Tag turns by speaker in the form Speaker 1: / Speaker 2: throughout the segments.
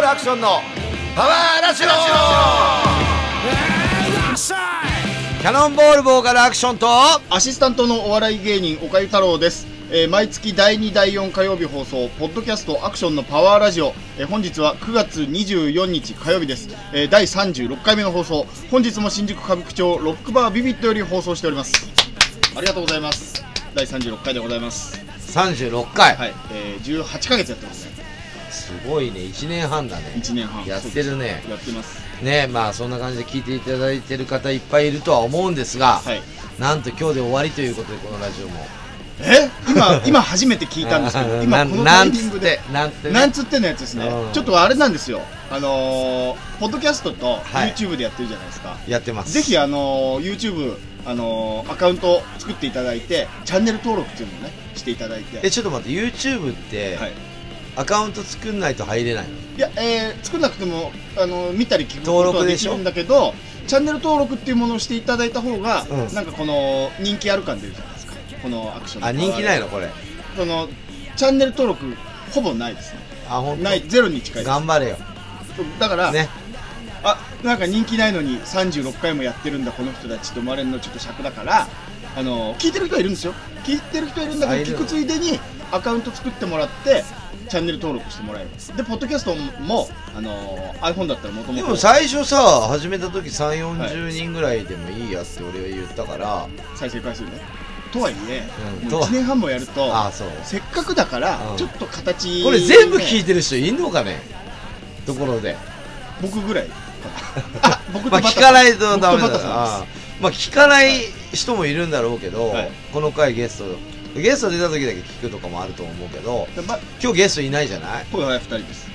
Speaker 1: ルアクションのパワーラジオキャノンボールボーカルアクションと
Speaker 2: アシスタントのお笑い芸人岡井太郎です、えー毎月第2第4火曜日放送ポッドキャストアクションのパワーラジオ、えー本日は9月24日火曜日です、えー第36回目の放送本日も新宿歌舞伎町ロックバービビットより放送しておりますありがとうございます第36回でございます
Speaker 1: 36回、
Speaker 2: はい、えー、18ヶ月やってますね
Speaker 1: すごいね1年半だね
Speaker 2: 1年半
Speaker 1: やってるね
Speaker 2: やってます
Speaker 1: ねまあそんな感じで聞いていただいてる方いっぱいいるとは思うんですが、
Speaker 2: はい
Speaker 1: なんと今日で終わりということでこのラジオも
Speaker 2: え今今初めて聞いたんですけ ど今このタイミングで
Speaker 1: なんつって
Speaker 2: な
Speaker 1: なん
Speaker 2: ん
Speaker 1: つってね
Speaker 2: つってのやつですね
Speaker 1: うん、
Speaker 2: ちょっとあれなんですよ、あのーポッドキャストと
Speaker 1: はい
Speaker 2: YouTube でやってるじゃないですか、
Speaker 1: やってます
Speaker 2: ぜひ、あのー YouTube、あのーアカウント作っていただいて、チャンネル登録っていうのをね、していただいて、
Speaker 1: えちょっと待って YouTube って、
Speaker 2: はい、
Speaker 1: アカウント作んないと入れないの
Speaker 2: いや、えー作んなくても、あのー見たり聞くこ
Speaker 1: 登
Speaker 2: とは
Speaker 1: 録
Speaker 2: で
Speaker 1: で
Speaker 2: き
Speaker 1: しょ
Speaker 2: るんだけど、チャンネル登録っていうものをしていただいた方が、
Speaker 1: うん
Speaker 2: なんかこの人気ある感出るじゃないですか、このアクション
Speaker 1: あ人気ない
Speaker 2: の
Speaker 1: のこれ
Speaker 2: このチャンネル登録、ほぼないですね、
Speaker 1: あ本当
Speaker 2: ないゼロに近いです
Speaker 1: 頑張れよ
Speaker 2: だから、
Speaker 1: ね
Speaker 2: あなんか人気ないのに36回もやってるんだこの人たちと思われるのちょっと尺だからあの聞いてる人はいるんですよ聞いてる人はいるんだけ
Speaker 1: あいる
Speaker 2: ど聞くついでにアカウント作ってもらってチャンネル登録してもらえるでポッドキャストもあの iPhone だったらもとも
Speaker 1: で
Speaker 2: と
Speaker 1: も最初さ始めた時3 4
Speaker 2: はい
Speaker 1: 0人ぐらいでもいいやって俺は言ったから、
Speaker 2: 再生回数ねとはいえ
Speaker 1: うん、
Speaker 2: もう
Speaker 1: と
Speaker 2: 1年半もやると
Speaker 1: あそう
Speaker 2: せっかくだから
Speaker 1: うん
Speaker 2: ちょっと形、
Speaker 1: これ全部聞い
Speaker 2: い
Speaker 1: てる人いんのかねところで
Speaker 2: 僕ぐらいか なあ僕と
Speaker 1: ま
Speaker 2: バ
Speaker 1: あ
Speaker 2: タ
Speaker 1: 聞
Speaker 2: さ
Speaker 1: か
Speaker 2: ん
Speaker 1: ないとダメだ
Speaker 2: 僕とバタさん
Speaker 1: な
Speaker 2: で
Speaker 1: まあ聞かない人もいるんだろうけど、
Speaker 2: はい
Speaker 1: この回ゲストゲスト出た時だけ聞くとかもあると思うけど
Speaker 2: すでま
Speaker 1: 今日ゲストいないじゃない
Speaker 2: 僕は2人です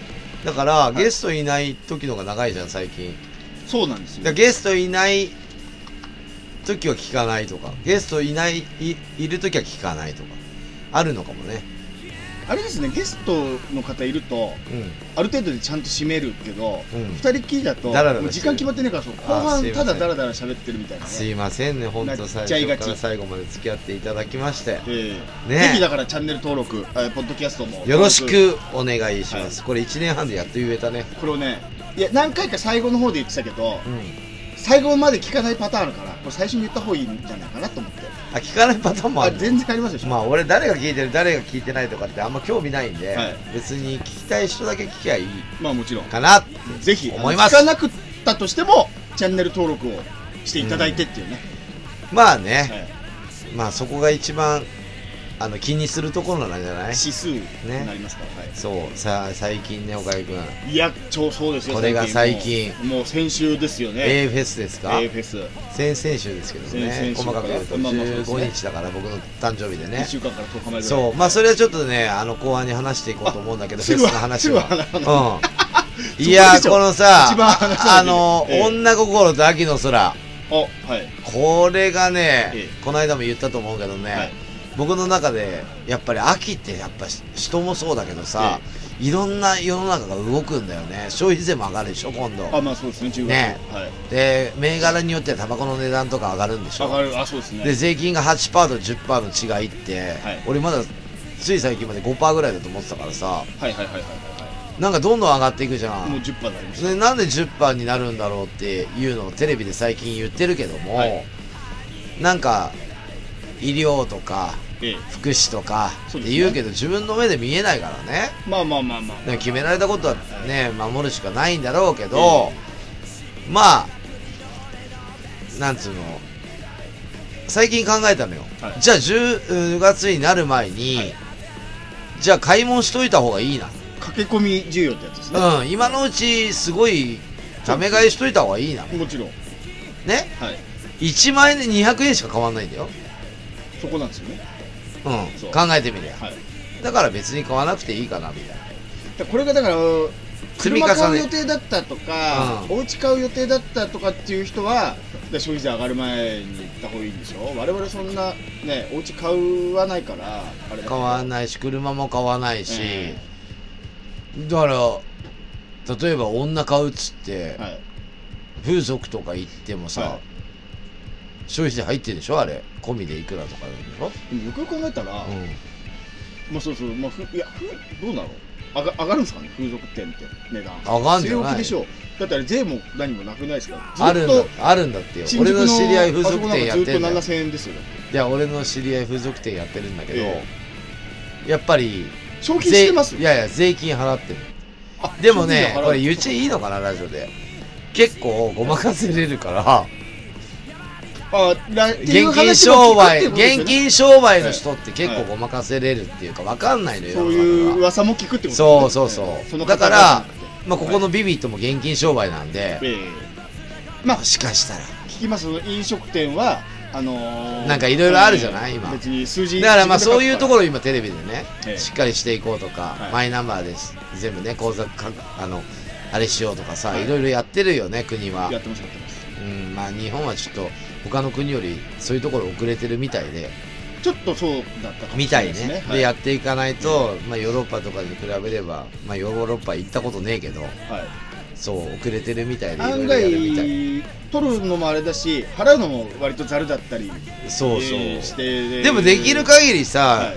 Speaker 1: だから、ゲストいない時の方が長いじゃん最近
Speaker 2: そうなんです
Speaker 1: だから
Speaker 2: よ
Speaker 1: ゲストいない時は聞かないとかゲストいないいいる時は聞かないとかあるのかもね
Speaker 2: あれですねゲストの方いると
Speaker 1: う
Speaker 2: ある程度でちゃんと締めるけど、
Speaker 1: う
Speaker 2: 二
Speaker 1: ん
Speaker 2: 人っきりだと
Speaker 1: だらだらしてる
Speaker 2: もう時間決まってないからそう後
Speaker 1: あーすいませ
Speaker 2: 半た
Speaker 1: ん、
Speaker 2: だだらだら喋ってるみたいなんね
Speaker 1: すいませんね本当
Speaker 2: な
Speaker 1: 最
Speaker 2: っちゃい
Speaker 1: 初
Speaker 2: がち
Speaker 1: から最後まで付き合っていただきまして
Speaker 2: ええ
Speaker 1: ね
Speaker 2: ぜひだからチャンネル登録、えーポッドキャストも
Speaker 1: よろし
Speaker 2: 登録
Speaker 1: くお願いします、これ1年半でやっと言えたね
Speaker 2: これをねいや何回か最後の方で言ってたけど、
Speaker 1: うん
Speaker 2: 最後まで聞かないパターンあるからこれ最初に言った方がいいんじゃないかなと思って
Speaker 1: あ聞かないパターンもあ
Speaker 2: あ
Speaker 1: る
Speaker 2: 全然ありますでしょ、
Speaker 1: まあ俺誰が聞いてる誰が聞いてないとかってあんま興味ないんで、
Speaker 2: はい
Speaker 1: 別に聞きたい人だけ聞きゃいい
Speaker 2: まあもちろん
Speaker 1: かなって
Speaker 2: ぜひ
Speaker 1: 思います
Speaker 2: あの聞かなくったとしてもチャンネル登録をしていただいてっていうね、
Speaker 1: まあね、
Speaker 2: はい
Speaker 1: まあそこが一番あの気にするところなんじゃない
Speaker 2: 指数になりますから、はい
Speaker 1: そうさあ最近ね岡井君、
Speaker 2: いや、超そうですよ。
Speaker 1: これが最近
Speaker 2: もうもう先週ですよね。
Speaker 1: A フェスですか、
Speaker 2: A フェス
Speaker 1: 先々週ですけど
Speaker 2: 先
Speaker 1: ね
Speaker 2: 々週
Speaker 1: 細かく言うと
Speaker 2: まあまあそうですね
Speaker 1: 15日だから僕の誕生日で
Speaker 2: 一
Speaker 1: ね
Speaker 2: 週間から十日前ぐらい。
Speaker 1: そうまあそれはちょっとねあの後半に話していこうと思うんだけど
Speaker 2: あ
Speaker 1: フェスの話は
Speaker 2: すぐはす
Speaker 1: うん
Speaker 2: ぐ
Speaker 1: いやーこのさ
Speaker 2: 一番話さ
Speaker 1: あ
Speaker 2: ないで
Speaker 1: の、
Speaker 2: ええ
Speaker 1: 女心と秋の空
Speaker 2: あ、はい。
Speaker 1: これがね、
Speaker 2: え
Speaker 1: この間も言ったと思うけどね、
Speaker 2: はい
Speaker 1: 僕の中でやっぱり秋ってやっぱし人もそうだけどさ、いろんな世の中が動くんだよね消費税も上がるでしょ今度
Speaker 2: あ、まあそうですね。中
Speaker 1: ね
Speaker 2: はい。
Speaker 1: で銘柄によってはタバコの値段とか上がるんでしょ
Speaker 2: 上がる。あ、そうです
Speaker 1: で
Speaker 2: ね。
Speaker 1: 税金が8%と10%の違いって、
Speaker 2: はい
Speaker 1: 俺まだつい最近まで5%ぐらいだと思ってたからさ
Speaker 2: はいはいはいはいは
Speaker 1: なんかどんどん上がっていくじゃ
Speaker 2: い。もうん十パーになりまし
Speaker 1: でなんで10%になるんだろうっていうのをテレビで最近言ってるけども、
Speaker 2: はい
Speaker 1: なんか医療とか
Speaker 2: た。ええ。
Speaker 1: 福祉とかって
Speaker 2: そうですね
Speaker 1: 言うけど自分の目で見えないからね
Speaker 2: まあまあまあまあ。
Speaker 1: でも決められたことはね守るしかないんだろうけど、まあなんつうの最近考えたのよ、
Speaker 2: はい
Speaker 1: じゃあ10月になる前に、
Speaker 2: はい
Speaker 1: じゃあ買い物しといた方がいいな、
Speaker 2: 駆け込み需要ってやつですね。
Speaker 1: うん、今のうちすごいため買いしといた方がいいなね
Speaker 2: もちろん。はい。
Speaker 1: 1万円で200円しか変わんないんだよ、
Speaker 2: そこなんですよね。
Speaker 1: うん、
Speaker 2: そう
Speaker 1: 考えてみりゃ
Speaker 2: はい。
Speaker 1: だから別に買わなくていいかなみたいな
Speaker 2: だからこれがだから。
Speaker 1: 積み重
Speaker 2: 車
Speaker 1: ね
Speaker 2: 買う予定だったとか、
Speaker 1: う
Speaker 2: お家買う予定だったとかっていう人は、で消費税上がる前に行った方がいいんでしょ我々そんな、ね、お家買わないから、あれだけど
Speaker 1: 買わないし車も買わないし、
Speaker 2: え
Speaker 1: だから例えば女買うっつって、
Speaker 2: はい、
Speaker 1: 風俗とか行ってもさ、
Speaker 2: はい
Speaker 1: 消費税入ってるでしょあれ込みでいくらとかでしょ、
Speaker 2: でもよくよく考えたら、
Speaker 1: うん、
Speaker 2: まあそうそう、まあ、ふいやふどうなの上が上がるんですかね風俗店って値段
Speaker 1: 上がんじゃない
Speaker 2: 据え置きでしょだってあれ税も何もなくないですから
Speaker 1: あるんだあるんだってよ俺の知り合い風俗店やって
Speaker 2: る
Speaker 1: んだよ
Speaker 2: ずっと7000円ですよだって
Speaker 1: いや俺の知り合い風俗店やってるんだけど、
Speaker 2: え
Speaker 1: やっぱり
Speaker 2: 賞金してます
Speaker 1: いやいや税金払ってる
Speaker 2: あ
Speaker 1: でもね
Speaker 2: 賞金払う
Speaker 1: これ言っちゃいいのかなラジオで結構ごまかせれるから
Speaker 2: あらっていう
Speaker 1: 現金
Speaker 2: 話も
Speaker 1: 商
Speaker 2: 聞く
Speaker 1: 売
Speaker 2: ってことですよね
Speaker 1: 現金商売の人って結構ごまかせれるっていうかわかんないのよ
Speaker 2: そうい
Speaker 1: 世
Speaker 2: う
Speaker 1: の中が
Speaker 2: 噂も聞くってことですね
Speaker 1: そうそうそう
Speaker 2: ええその
Speaker 1: だから
Speaker 2: 方々じゃなくて
Speaker 1: まあここのビビットも現金商売なんで
Speaker 2: ええまあ
Speaker 1: もしかしたら
Speaker 2: 聞きます飲食店はあのー
Speaker 1: なんか色々あるじゃない今
Speaker 2: 別に数字
Speaker 1: だからまあそういうとこ
Speaker 2: ろ
Speaker 1: ろを今テレビでね、
Speaker 2: ええ
Speaker 1: しっかりしていこうとか、
Speaker 2: はい
Speaker 1: マイナンバーです全部ね口座かあのあれしようとかさ、、
Speaker 2: はいい
Speaker 1: ろいろやってるよね国は
Speaker 2: やってますやってます
Speaker 1: うんまあ日本はちょっと他の国よりそういうところ遅れてるみたいで
Speaker 2: ちょっとそうだったかも
Speaker 1: み
Speaker 2: しれ
Speaker 1: た
Speaker 2: ない
Speaker 1: い
Speaker 2: で
Speaker 1: ね
Speaker 2: すね
Speaker 1: でやっていかないと、まあ、ヨーロッパとかに比べれば、まあ、ヨーロッパ行ったことねえけど
Speaker 2: はいはい
Speaker 1: そう遅れてるみたいでいろ
Speaker 2: 案
Speaker 1: いろやるみたい
Speaker 2: 外取るのもあれだし払うのも割とざるだったり
Speaker 1: そうそう、
Speaker 2: えーして
Speaker 1: でもできる限り
Speaker 2: は
Speaker 1: さ、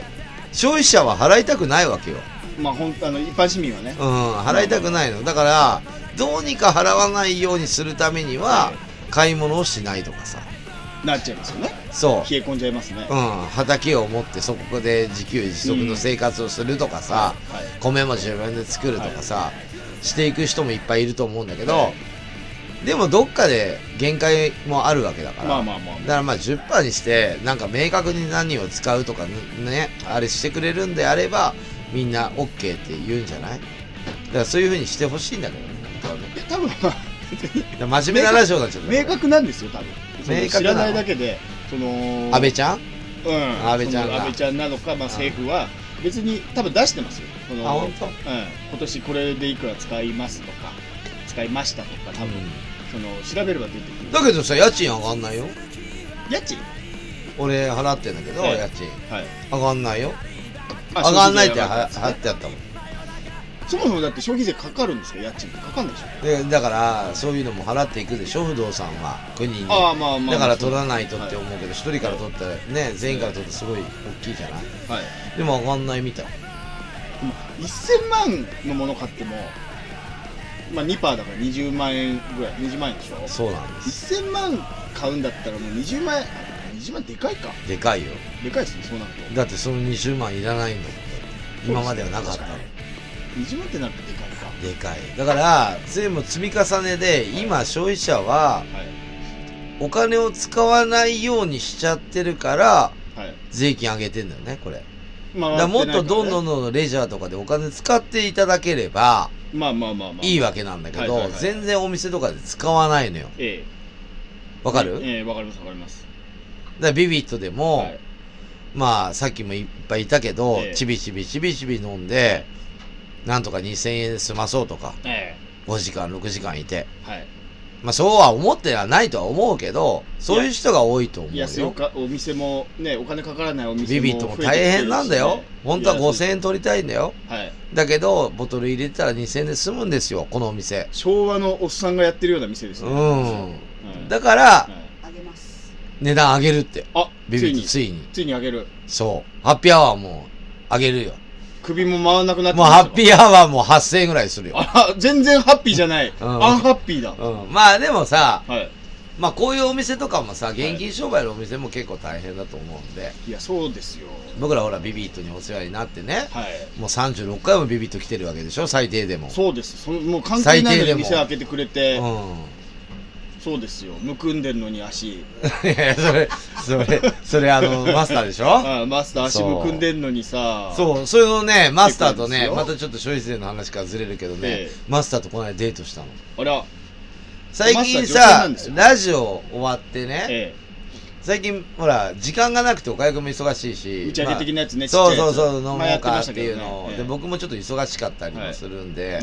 Speaker 1: 消費者は払いたくないわけよ
Speaker 2: いまあほんあの一般市民はね
Speaker 1: うん、払いたくないの。だから、どうにか払わないようにするためには、買い物をしないとかさ。
Speaker 2: なっちゃいますよね
Speaker 1: そ
Speaker 2: 冷え込んじゃいますね
Speaker 1: う。う
Speaker 2: は
Speaker 1: ん、畑を持ってそこで自給自足の生活をするとかさ、
Speaker 2: い
Speaker 1: 米も自分で作るとかさ、していく人もいっぱいいると思うんだけど
Speaker 2: は、
Speaker 1: でもどっかで限界もあるわけだから。
Speaker 2: まあまあまあ
Speaker 1: だからまあ10%にしてなんか明確に何を使うとかねあれしてくれるんであればみんな OK って言うんじゃないだからそういうふうにしてほしいんだけどね本
Speaker 2: いや多分まあ
Speaker 1: 当はね真面目なラジオになっちゃった
Speaker 2: 明確なんですよ多分その
Speaker 1: 明確
Speaker 2: 知
Speaker 1: なの
Speaker 2: らないだけでその
Speaker 1: 安倍ちゃん
Speaker 2: うん、
Speaker 1: 安倍ちゃんが
Speaker 2: その安倍ちゃんなのか、まあ、
Speaker 1: ん
Speaker 2: 政府は別に多分出してますよ、その
Speaker 1: あ本当
Speaker 2: うん、今年これでいくら使いますとか、使いましたとか、多分、その調べれば出てくる、
Speaker 1: だけどさ家賃上がんないよ
Speaker 2: 家賃、
Speaker 1: 俺払ってんだけど、
Speaker 2: ええ
Speaker 1: 家賃
Speaker 2: はい、
Speaker 1: 上がんないよ
Speaker 2: あ
Speaker 1: 上がんないっ
Speaker 2: 消
Speaker 1: て
Speaker 2: 費税上が
Speaker 1: は
Speaker 2: ったんですね
Speaker 1: 貼ってあったもん
Speaker 2: そもそもだって消費税かかるんですか、家賃ってかかんないでしょ、
Speaker 1: でだからそういうのも払っていくでしょ不動産は国に
Speaker 2: ああ、まあまあ、
Speaker 1: だから取らないとって
Speaker 2: は
Speaker 1: 思うけど一人から取ったらね全員から取ってすごい大きいじゃない
Speaker 2: いはい
Speaker 1: でも上がんないみたい
Speaker 2: でも1000万のもの買っても、まあ、2%だから20万円ぐらい、20万円でしょ、
Speaker 1: そうなんです
Speaker 2: 1000万買うんだったら、もう20万円、あ20万でかいか、
Speaker 1: でかいよ
Speaker 2: でかいですね、そうなると。
Speaker 1: だってその20万いらないんだもん今まではなかったの
Speaker 2: 20万ってなるとでかい
Speaker 1: で
Speaker 2: か
Speaker 1: かいだから全部積み重ねで今消費者は
Speaker 2: は
Speaker 1: お金を使わないようにしちゃってるから
Speaker 2: いはい
Speaker 1: 税金上げてんだよねこれ
Speaker 2: ま
Speaker 1: だからもっとどんどん
Speaker 2: ん
Speaker 1: どんどんレジャーとかでお金使っていただければ
Speaker 2: まあまあまあまあ
Speaker 1: いいわけなんだけ
Speaker 2: はいはい
Speaker 1: ど
Speaker 2: はい
Speaker 1: 全然お店とかで使わないのよ
Speaker 2: ええ
Speaker 1: わかるだか
Speaker 2: ええわかりますわかります
Speaker 1: らビビットでも、
Speaker 2: はい
Speaker 1: まあさっきもいっぱいいたけど、
Speaker 2: ええ
Speaker 1: ちびちびちびちび飲んでなんとか2000円で済まそうとか
Speaker 2: え
Speaker 1: 5時間6時間いて
Speaker 2: えはい
Speaker 1: まあそうは思ってはないとは思うけどそういう人が多いと思う
Speaker 2: 安いお
Speaker 1: よ
Speaker 2: かお店もねお金かからないお店
Speaker 1: ビ
Speaker 2: も
Speaker 1: ビットも大変なんだよ本当は5000
Speaker 2: 円
Speaker 1: 円取りたいんだよ
Speaker 2: はい
Speaker 1: だけどボトル入れたら2000円で済むんですよこのお店
Speaker 2: 昭和のおっさんがやってるような店です
Speaker 1: う
Speaker 2: ね
Speaker 1: ん
Speaker 2: はい
Speaker 1: だから
Speaker 2: はい
Speaker 3: あげます。
Speaker 1: 値段上げるって
Speaker 2: あ
Speaker 1: ビ
Speaker 2: つ
Speaker 1: ビ
Speaker 2: い
Speaker 1: ッ
Speaker 2: に
Speaker 1: トついに
Speaker 2: ついにあげる
Speaker 1: そうハッピーアワーも上げるよ
Speaker 2: 首も回らなくなって
Speaker 1: もうハッピーアワーも8000円ぐらいするよ
Speaker 2: あ全然ハッピーじゃない
Speaker 1: ん
Speaker 2: アンハッピーだ
Speaker 1: うんまあでもさ
Speaker 2: はい
Speaker 1: まあこういうお店とかもさ、現金商売のお店も結構大変だと思うんで、
Speaker 2: いやそうですよ
Speaker 1: 僕らほらビビットにお世話になってね、
Speaker 2: はい
Speaker 1: もう36回もビビット来てるわけでしょ、最低でも。
Speaker 2: そうですそのもう関係ないの
Speaker 1: 最低で
Speaker 2: に
Speaker 1: も
Speaker 2: 店開けてくれて
Speaker 1: う
Speaker 2: そうですよむくんでるのに足
Speaker 1: ん。いやいやそれ、それ、それあの、マスターでしょ
Speaker 2: ああマスター足
Speaker 1: そう
Speaker 2: むくんでんのにさ
Speaker 1: そう、それのね、マスターとね
Speaker 2: 結、構
Speaker 1: ま
Speaker 2: で
Speaker 1: たちょっと消費税の話からずれるけどね、
Speaker 2: ええ
Speaker 1: マスターとこの間デートしたの。
Speaker 2: あら
Speaker 1: 最近
Speaker 2: マスター女性な
Speaker 1: さ
Speaker 2: んです、よ
Speaker 1: ラジオ終わってね、
Speaker 2: え
Speaker 1: 最近ほら、時間がなくて岡井君も忙しい
Speaker 2: え
Speaker 1: し、
Speaker 2: 打ち上げ的なやつね、
Speaker 1: そうそう
Speaker 2: ちっちゃいやつ
Speaker 1: そう、飲も
Speaker 2: 前や
Speaker 1: う
Speaker 2: って
Speaker 1: か
Speaker 2: ま
Speaker 1: っ
Speaker 2: してたけ
Speaker 1: い
Speaker 2: ど
Speaker 1: う
Speaker 2: ね
Speaker 1: のを、
Speaker 2: ええ
Speaker 1: で僕もちょっと忙しかったりもするんで、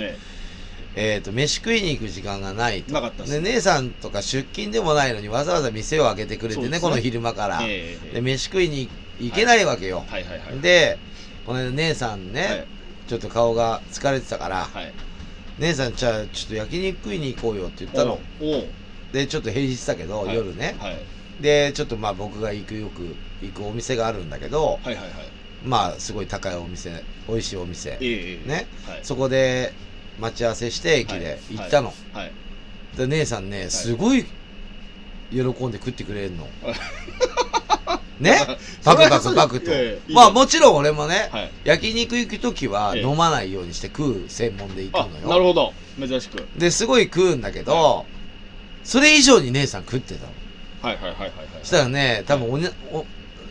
Speaker 1: え
Speaker 2: え
Speaker 1: ー、と飯食いに行く時間がない
Speaker 2: え
Speaker 1: と
Speaker 2: なかったっす
Speaker 1: で姉さんとか出勤でもないのにわざわざ店を開けてくれて
Speaker 2: そう
Speaker 1: ね
Speaker 2: ですね
Speaker 1: この昼間から、
Speaker 2: ええ
Speaker 1: で飯食いに行けないわけよ、
Speaker 2: はいはいはい
Speaker 1: でこの間姉さんね、
Speaker 2: はい
Speaker 1: ちょっと顔が疲れてたから、
Speaker 2: はい
Speaker 1: 姉さんじゃあちょっと焼肉食いに行こうよって言ったの
Speaker 2: おう
Speaker 1: でちょっと平日だけど、
Speaker 2: おうはい
Speaker 1: 夜ね
Speaker 2: はい
Speaker 1: でちょっとまあ僕が行くよく行くお店があるんだけど、
Speaker 2: はいはいはい
Speaker 1: まあすごい高いお店美味しいお店、
Speaker 2: ええ
Speaker 1: ね、
Speaker 2: はい、
Speaker 1: そこで待ち合わせして駅で行ったの、
Speaker 2: はい、
Speaker 1: で姉さんねすごい喜んで食ってくれ るの、ねパクパクパクと、
Speaker 2: いやいやいい
Speaker 1: まあもちろん俺もね、
Speaker 2: はい
Speaker 1: 焼肉行く時は
Speaker 2: ええ
Speaker 1: 飲まないようにして食う専門で行
Speaker 2: あ
Speaker 1: く
Speaker 2: な
Speaker 1: の
Speaker 2: る
Speaker 1: よ
Speaker 2: ほど珍しく
Speaker 1: ですごい食うんだけど、
Speaker 2: は
Speaker 1: それ以上に姉さん食ってたの
Speaker 2: はいはいはいはいはい
Speaker 1: そしたらね多分お、ね、お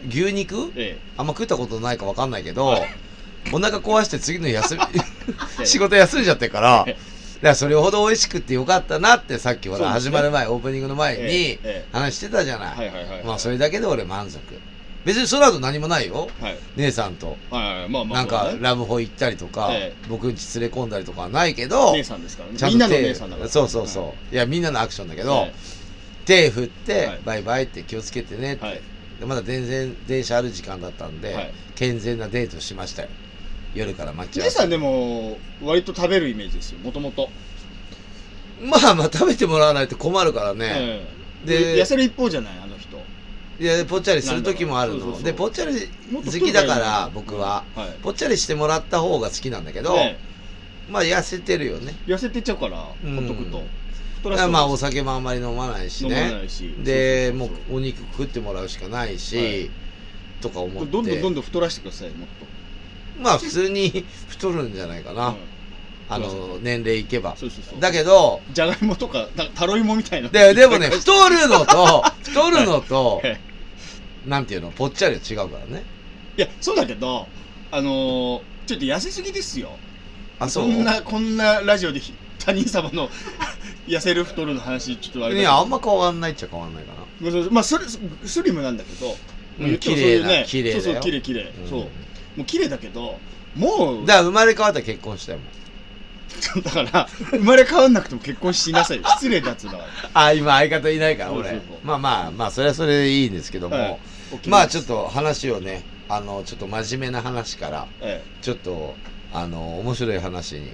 Speaker 1: 牛肉
Speaker 2: え
Speaker 1: あんま食ったことないか分かんないけ
Speaker 2: は
Speaker 1: ど
Speaker 2: い
Speaker 1: お腹壊して次の休み
Speaker 2: え
Speaker 1: 仕事休んじゃってから
Speaker 2: え
Speaker 1: だからそれほど美味しくってよかったなってさっきほら
Speaker 2: そうで
Speaker 1: 始
Speaker 2: すね
Speaker 1: まる前オープニングの前
Speaker 2: え
Speaker 1: に
Speaker 2: え
Speaker 1: 話してたじゃ
Speaker 2: え
Speaker 1: な
Speaker 2: はいいはいはいはい
Speaker 1: まあそれだけで俺満足別にその後何もないよ
Speaker 2: はい
Speaker 1: 姉さんと
Speaker 2: はいはいまあまあ
Speaker 1: なん
Speaker 2: まあ
Speaker 1: か
Speaker 2: ね
Speaker 1: ラブホ行ったりとか
Speaker 2: え
Speaker 1: 僕ん家連れ込んだりとかはないけど
Speaker 2: 姉さんですからね
Speaker 1: ちゃんと
Speaker 2: みんなの
Speaker 1: 手
Speaker 2: 姉さんだから
Speaker 1: そうそうそう、、
Speaker 2: はい
Speaker 1: やみんなのアクションだけ
Speaker 2: い
Speaker 1: ど、
Speaker 2: え
Speaker 1: 手振って、
Speaker 2: はい
Speaker 1: バイバイって気をつけてねっ
Speaker 2: え
Speaker 1: て、
Speaker 2: はい
Speaker 1: でまだ全然電車ある時間だったんで、
Speaker 2: はい
Speaker 1: 健全なデートしましたよ夜から待ち合わ
Speaker 2: 姉
Speaker 1: せ
Speaker 2: さんでも割と食べるイメージですよもともと
Speaker 1: まあまあ食べてもらわないと困るからね、
Speaker 2: ええ
Speaker 1: で
Speaker 2: で痩せる一方じゃないあの人
Speaker 1: いやぽっちゃりする時もあるの
Speaker 2: なんだろうそうそうそう
Speaker 1: でぽっちゃり
Speaker 2: もっと
Speaker 1: 好
Speaker 2: 太い
Speaker 1: きだか
Speaker 2: 方がい
Speaker 1: ら
Speaker 2: い
Speaker 1: 僕は、
Speaker 2: はい
Speaker 1: ぽっちゃりしてもらった方が好きなんだけど、
Speaker 2: え
Speaker 1: まあ痩せてるよね
Speaker 2: え痩せてっちゃうからほっ
Speaker 1: うん
Speaker 2: とくと太
Speaker 1: だ
Speaker 2: ら
Speaker 1: か
Speaker 2: せ
Speaker 1: ら
Speaker 2: て
Speaker 1: まあお酒もあんまり飲まないし
Speaker 2: 飲まな
Speaker 1: ね
Speaker 2: いし
Speaker 1: で
Speaker 2: そ
Speaker 1: も
Speaker 2: そそそう
Speaker 1: お肉食ってもらうしかないし、
Speaker 2: はい
Speaker 1: とか思って
Speaker 2: どんどんどんどん太らしてくださいもっと
Speaker 1: まあ普通に太るんじゃないかな、
Speaker 2: うん
Speaker 1: あの年齢いけば
Speaker 2: そうそうそう
Speaker 1: だけど
Speaker 2: じゃがいもとかたタロイモみたいな
Speaker 1: ででもね太るのと太るのと
Speaker 2: え
Speaker 1: なんていうのぽっちゃりは違うからね
Speaker 2: いやそうだけどあのーちょっと痩せすぎですよ
Speaker 1: あ
Speaker 2: そ
Speaker 1: そうん
Speaker 2: なこんなラジオでひ他人様の 痩せる太るの話ちょっとあれだ
Speaker 1: い
Speaker 2: けど
Speaker 1: やあんま変わんないっちゃ変わんないかな
Speaker 2: ごめんなさいまあスリスリムなんだけど、
Speaker 1: うん
Speaker 2: 言ってもそういうね
Speaker 1: 綺麗な綺麗だよ
Speaker 2: そうそう綺麗綺麗、
Speaker 1: うん
Speaker 2: そうもう綺麗だけどもう
Speaker 1: だから生まれ変わったら結婚したいもん
Speaker 2: だから生まれ変わんなくても結婚しなさいよ失礼だっつうのは
Speaker 1: あ今相方いないから
Speaker 2: そう
Speaker 1: 俺
Speaker 2: そうそう
Speaker 1: まあまあまあそれはそれでいいんですけども、
Speaker 2: はい
Speaker 1: まあちょっ、と話をねあのちょっと真面目な話から
Speaker 2: え
Speaker 1: ちょっとあの面白い話に
Speaker 2: え、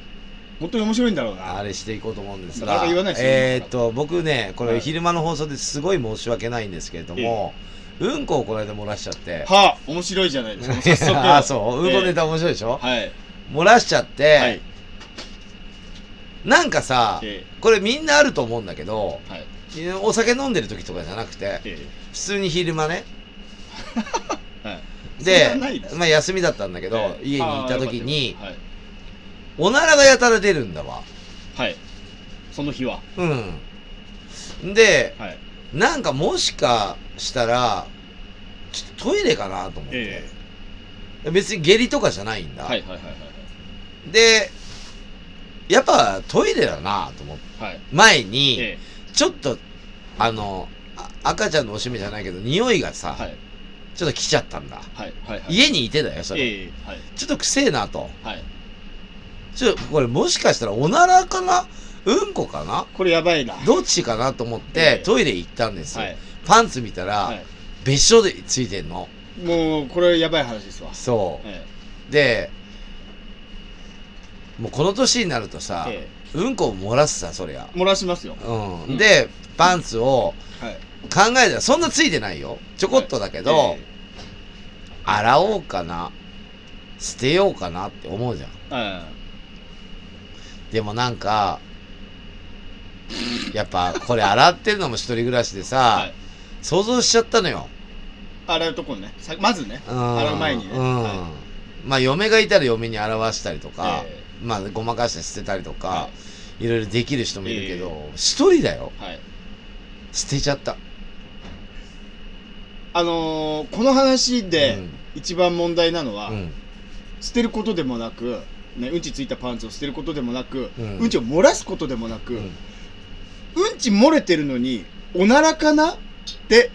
Speaker 2: 本当に面白いんだろうな
Speaker 1: あれしていこうと思うんです
Speaker 2: なかな
Speaker 1: が
Speaker 2: か言わないですよ
Speaker 1: えーっと僕ねこ
Speaker 2: は
Speaker 1: れ
Speaker 2: い
Speaker 1: 昼間の放送ですごい申し訳ないんですけれども、うんこをこの間漏らしちゃって
Speaker 2: はあ面白いじゃないですかもう早速
Speaker 1: あそううんこネ
Speaker 2: タ、
Speaker 1: タ面白いでしょ、
Speaker 2: はい
Speaker 1: 漏らしちゃって、
Speaker 2: はい
Speaker 1: なんかさ、
Speaker 2: え
Speaker 1: これみんなあると思うんだけど
Speaker 2: えはい
Speaker 1: お酒飲んでる時とかじゃなくて
Speaker 2: え
Speaker 1: 普通に昼間ね
Speaker 2: えはい
Speaker 1: で
Speaker 2: そんなないです
Speaker 1: まあ、休みだったんだけど、
Speaker 2: ええ
Speaker 1: 家にいた時に
Speaker 2: ああよかったよかっ
Speaker 1: おならがやたら出るんだわ
Speaker 2: たはい、はい、その日は
Speaker 1: うんで
Speaker 2: はい
Speaker 1: なんかもしかしたらちょっとトイレかなと思って、
Speaker 2: え
Speaker 1: 別に下痢とかじゃないん
Speaker 2: え
Speaker 1: だ、
Speaker 2: はいはいはい
Speaker 1: でやっぱトイレだなと思って
Speaker 2: はいはい
Speaker 1: 前に、
Speaker 2: ええ
Speaker 1: ちょっとあのあ赤ちゃんのおしめじゃないけど匂いがさ、
Speaker 2: はい
Speaker 1: ちょっと来ちゃったんだ、
Speaker 2: はいはいはい
Speaker 1: 家にいてだよそれ、
Speaker 2: ええはい
Speaker 1: ちょっとくせえなと
Speaker 2: はい
Speaker 1: ちょっとこれもしかしたらおならかなうんこかな
Speaker 2: これやばいな
Speaker 1: どっちかなと思って、
Speaker 2: ええ
Speaker 1: トイレ行ったんです、
Speaker 2: はい
Speaker 1: パンツ見たら、
Speaker 2: はい
Speaker 1: 別所でついてんの
Speaker 2: もうこれやばい話ですわ
Speaker 1: そう、
Speaker 2: え
Speaker 1: でもうこの年になるとさ、
Speaker 2: ええ
Speaker 1: うんこを漏らすさそりゃ
Speaker 2: え漏らしますよ
Speaker 1: うん、
Speaker 2: うん
Speaker 1: でパンツを
Speaker 2: はい
Speaker 1: 考えたらそんなついてないよちょこっとだけど、
Speaker 2: え
Speaker 1: 洗おうかな捨てようかなって思うじゃん
Speaker 2: えはい
Speaker 1: でもなんかやっぱこれ洗ってるのも一人暮らしでさ、
Speaker 2: はい
Speaker 1: 想像しちゃったのよ
Speaker 2: 洗うとこねさまずね
Speaker 1: うん
Speaker 2: 洗う前にね
Speaker 1: うん
Speaker 2: は
Speaker 1: まあ嫁がいたら嫁に洗わしたりとか、
Speaker 2: え
Speaker 1: まあごまかして捨てたりとか、、
Speaker 2: はい
Speaker 1: ろいろできる人もいるけど、
Speaker 2: え
Speaker 1: 一人だよ
Speaker 2: はい
Speaker 1: 捨てちゃった
Speaker 2: あのーこの話
Speaker 1: う
Speaker 2: で
Speaker 1: ん
Speaker 2: 一番問題なのは、
Speaker 1: うん
Speaker 2: 捨てることでもなく、ね、うんちついたパンツを捨てることでもなく、
Speaker 1: う
Speaker 2: うんん、ちを漏らすことでもなく、
Speaker 1: う
Speaker 2: うん
Speaker 1: ん、
Speaker 2: ち漏れてるのにおならかなって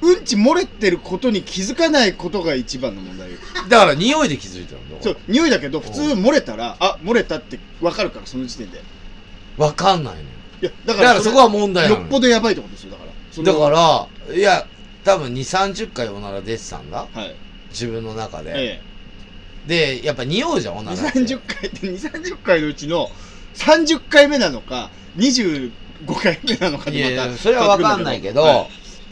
Speaker 2: うんち漏れてることに気づかないことが一番の問題よ
Speaker 1: だから匂いで気づいたんだ
Speaker 2: そう匂いだけど普通漏れたらあ漏れたって分かるからその時点で
Speaker 1: わかんないのよ
Speaker 2: いや
Speaker 1: だ
Speaker 2: だか
Speaker 1: かららそこは問題
Speaker 2: よ
Speaker 1: な
Speaker 2: っ
Speaker 1: の
Speaker 2: ぽ
Speaker 1: よ
Speaker 2: どやばいってことですよだからその
Speaker 1: だからいや多分2三3 0回おなら出てたんだ
Speaker 2: はい
Speaker 1: 自分の中で、
Speaker 2: ええ
Speaker 1: でやっぱ匂うじゃんおならって
Speaker 2: 230回って230回のうちの30回目なのか25回目なのか
Speaker 1: い
Speaker 2: で
Speaker 1: や
Speaker 2: ま
Speaker 1: い
Speaker 2: た
Speaker 1: やそれはわかんないけど、
Speaker 2: はい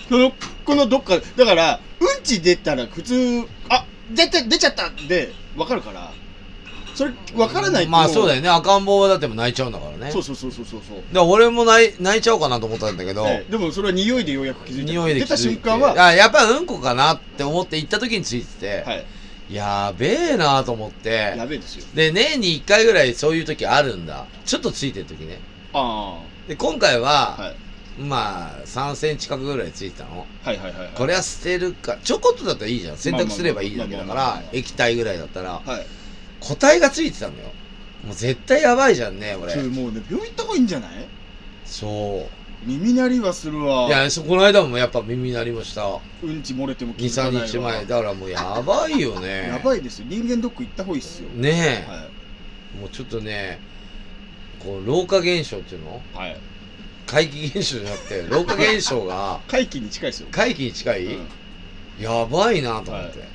Speaker 2: そのこのどっかだからうんち出たら普通あ出て、出ちゃったで、わかるから、それ、わからないと
Speaker 1: まあそうだよね赤ん坊はだってもう泣いちゃうんだからね
Speaker 2: そうそうそうそうそうそう。
Speaker 1: だから俺も泣い泣いちゃおうかなと思ったんだけど、
Speaker 2: ええでもそれは匂いでようやく気づいた。
Speaker 1: 匂いで
Speaker 2: 出
Speaker 1: 気づ
Speaker 2: た
Speaker 1: いて
Speaker 2: 瞬間は、
Speaker 1: あやっぱうんこかなって思って行った時についてて、
Speaker 2: はい。
Speaker 1: やべえなと思って
Speaker 2: やべえですよ。
Speaker 1: で年に1回ぐらいそういう時あるんだちょっとついてる時ね
Speaker 2: あ
Speaker 1: で今回は、
Speaker 2: あ。はい。
Speaker 1: まあ3センチ角ぐらいついてたの
Speaker 2: はいはいはいはい。
Speaker 1: これは捨てるかちょこっとだったらいいじゃん洗濯すればいいだけだか
Speaker 2: まあまあまあ
Speaker 1: ら
Speaker 2: まあ
Speaker 1: 液体ぐらいだったら
Speaker 2: はい。
Speaker 1: 個体がついてたのよもう絶対やばいじゃんね俺
Speaker 2: それもうね、病院行った方がいいんじゃない
Speaker 1: そう
Speaker 2: 耳鳴りはするわ。
Speaker 1: いやそこの間もやっぱ耳鳴りました
Speaker 2: うんち漏れても気づかない
Speaker 1: 23
Speaker 2: わ。
Speaker 1: 日前だからもうやばいよね
Speaker 2: やばいですよ。人間ドック行った方がいいっすよ。
Speaker 1: ねえ、
Speaker 2: は
Speaker 1: もうちょっとねこう老化現象っていうの
Speaker 2: い。はい。
Speaker 1: 怪奇現象じゃなく て老化現象が
Speaker 2: 回帰に近いですよ。
Speaker 1: 怪奇に近い、
Speaker 2: うん
Speaker 1: やばいなと思って、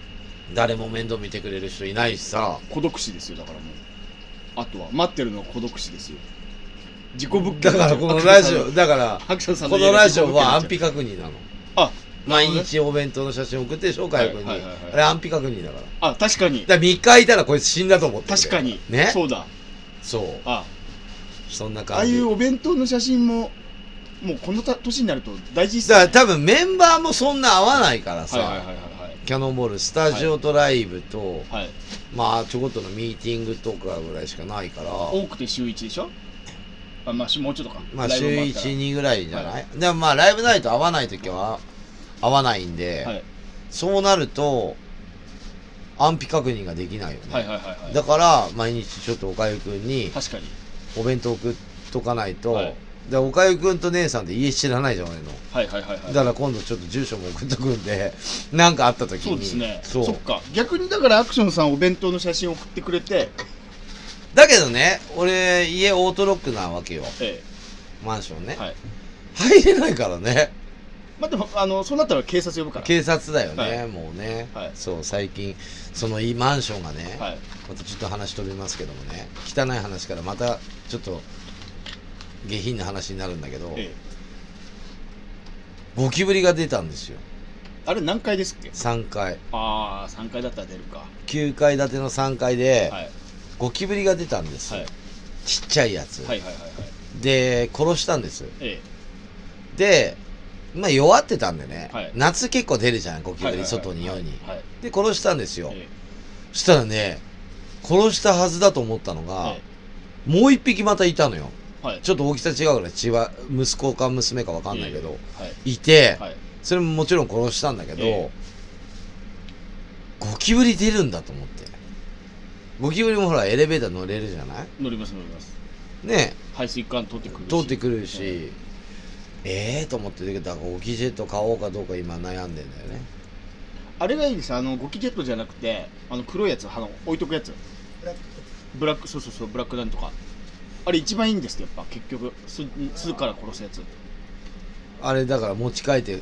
Speaker 1: 誰も面倒見てくれる人いないしさ
Speaker 2: 孤独死ですよ、だからもう。あとは、待ってるのは孤独死ですよ。自己物件
Speaker 1: だからこのラジオだから
Speaker 2: 白書さん
Speaker 1: こ
Speaker 2: の
Speaker 1: のラジオは安
Speaker 2: 安
Speaker 1: 否確認なの
Speaker 2: あ
Speaker 1: 毎日お弁当の写真送って紹介君に、
Speaker 2: はいはいはいはい
Speaker 1: あれ安否確認だからだか
Speaker 2: あ確かに
Speaker 1: ら3日いたらこいつ死んだと思ってる
Speaker 2: 確かに
Speaker 1: ねそ
Speaker 2: そううだあ
Speaker 1: そんな
Speaker 2: ああ
Speaker 1: 感
Speaker 2: い
Speaker 1: じ
Speaker 2: うお弁当の写真ももうこのた年になると大事っす
Speaker 1: だ
Speaker 2: よ
Speaker 1: から
Speaker 2: ね
Speaker 1: 多分メンバーもそんな合わないからさ、
Speaker 2: はいはいはいはい
Speaker 1: キャノンボールスタジオとライブと、
Speaker 2: はい、はい、
Speaker 1: まあちょこっとのミーティングとかぐらいしかないから
Speaker 2: 多くて週1でしょあまあしもうちょっとか
Speaker 1: まあ
Speaker 2: ライ
Speaker 1: 週
Speaker 2: ブもあったら
Speaker 1: 12ぐらいじゃない、
Speaker 2: は
Speaker 1: でもまあライブないと合わない時は合わないんで、
Speaker 2: はい
Speaker 1: そうなると安否確認ができないよね、
Speaker 2: はいはいはいはい
Speaker 1: だから毎日ちょっとおかゆくんに
Speaker 2: 確かに
Speaker 1: お弁当送っとかないと、
Speaker 2: はい
Speaker 1: でおかゆくんと姉さんで家知らないじゃないの
Speaker 2: はいはいはいはい
Speaker 1: だから今度ちょっと住所も送っとくんで 何かあった時に
Speaker 2: そうですね
Speaker 1: そう
Speaker 2: っか逆にだからアクションさんお弁当の写真送ってくれて
Speaker 1: だけどね俺家オートロックなわけよ
Speaker 2: え
Speaker 1: マンション
Speaker 2: え
Speaker 1: ね、
Speaker 2: はい
Speaker 1: 入れないからね
Speaker 2: まあでもあのそうなったら警察呼ぶから
Speaker 1: 警察だよね、
Speaker 2: は
Speaker 1: もうね、
Speaker 2: はい
Speaker 1: そう最近そのいいマンションがね、
Speaker 2: はい
Speaker 1: またちょっと話飛びますけどもね汚い話からまたちょっと下品な話になるんだけど、
Speaker 2: ええ
Speaker 1: ゴキブリが出たんですよ
Speaker 2: あれ何階ですっけ
Speaker 1: 3階
Speaker 2: ああ3階だったら出るか
Speaker 1: 9階建ての3階で、
Speaker 2: はい
Speaker 1: ゴキブリが出たんです、
Speaker 2: はいはい
Speaker 1: ちっちゃいやつ、
Speaker 2: はいはいはい
Speaker 1: で殺したんです
Speaker 2: え
Speaker 1: でまあ弱ってたんでね、
Speaker 2: はい
Speaker 1: 夏結構出るじゃんゴ
Speaker 2: え
Speaker 1: キブリ外に世に、
Speaker 2: はいはい
Speaker 1: で殺したんですよ、
Speaker 2: え
Speaker 1: そしたらね殺したはずだと思ったの
Speaker 2: え
Speaker 1: が、
Speaker 2: はい
Speaker 1: もう一匹またいたのよ
Speaker 2: はい
Speaker 1: ちょっと大きさ違うから血は息子か娘かわかんないけど、
Speaker 2: はい
Speaker 1: いて、
Speaker 2: はい
Speaker 1: それももちろん殺したんだけど、
Speaker 2: え
Speaker 1: ゴキブリ出るんだと思ってゴキブリもほらエレベーター乗れるじゃない
Speaker 2: 乗ります乗ります
Speaker 1: ね
Speaker 2: 排水管通ってくるし
Speaker 1: 通ってくるし、ええー、と思ってだけどだからゴキジェット買おうかどうか今悩んでんだよね
Speaker 2: あれがいいんですあのゴキジェットじゃなくてあの黒いやつあの置いとくやつブラックそうそうそうブラックなんとかあれ一番いいんですってやっぱ結局巣巣から殺すやつ
Speaker 1: あれだから持ち帰って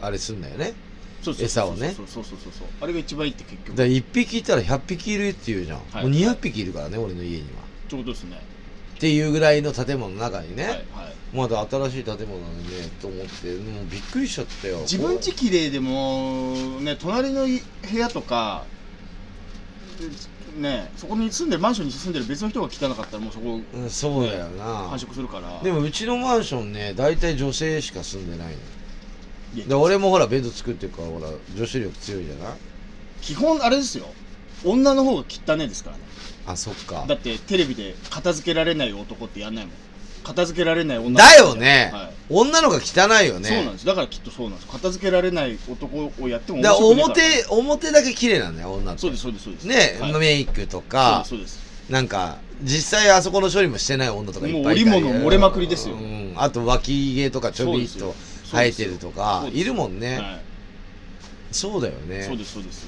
Speaker 1: あれすんだよね
Speaker 2: そうそうそ
Speaker 1: 餌
Speaker 2: う
Speaker 1: をね
Speaker 2: そうそうそうそうそうあれが一番いいって結
Speaker 1: だ
Speaker 2: 局
Speaker 1: から1匹いたら100匹いるっていうじゃん、
Speaker 2: はい
Speaker 1: もう200匹いるからね俺の家には
Speaker 2: ちょうどですね
Speaker 1: っていうぐらいの建物の中にね、
Speaker 2: はいはい
Speaker 1: まだ新しい建物なんでねと思ってもうびっくりしちゃったよ
Speaker 2: 自分家綺麗でもね隣のい部屋とかねそこに住んでるマンションに住んでる別の人が汚かったらもうそこ
Speaker 1: うんそうだよな、
Speaker 2: 繁殖するから
Speaker 1: でもうちのマンションね大体女性しか住んでない
Speaker 2: いや
Speaker 1: ので俺もほらベッド作ってるからほら女子力強いじゃない
Speaker 2: 基本あれですよ女の方が汚ねえですからね
Speaker 1: あそっか
Speaker 2: だってテレビで片付けられない男ってやんないもん片付けられない女の子
Speaker 1: だよね、
Speaker 2: はい
Speaker 1: 女の子が汚いよね
Speaker 2: そうなんですだからきっとそうなんです片付けられない男をやっても
Speaker 1: だから
Speaker 2: 面白くねえから
Speaker 1: 表表だけ綺麗なんだよ女って
Speaker 2: そうですそうですそうです
Speaker 1: ね、
Speaker 2: はい
Speaker 1: メイクとか
Speaker 2: そうですそう
Speaker 1: なんか実際あそこの処理もしてない女とかいっぱいいたり
Speaker 2: もう織物漏れまくりですよ
Speaker 1: うん、あと脇毛とかちょびっ
Speaker 2: そう
Speaker 1: と
Speaker 2: です
Speaker 1: 生えてるとか
Speaker 2: そうです
Speaker 1: いるもん
Speaker 2: で
Speaker 1: ね、
Speaker 2: す、は
Speaker 1: そうだよ
Speaker 2: い、そう
Speaker 1: ね
Speaker 2: ですそうです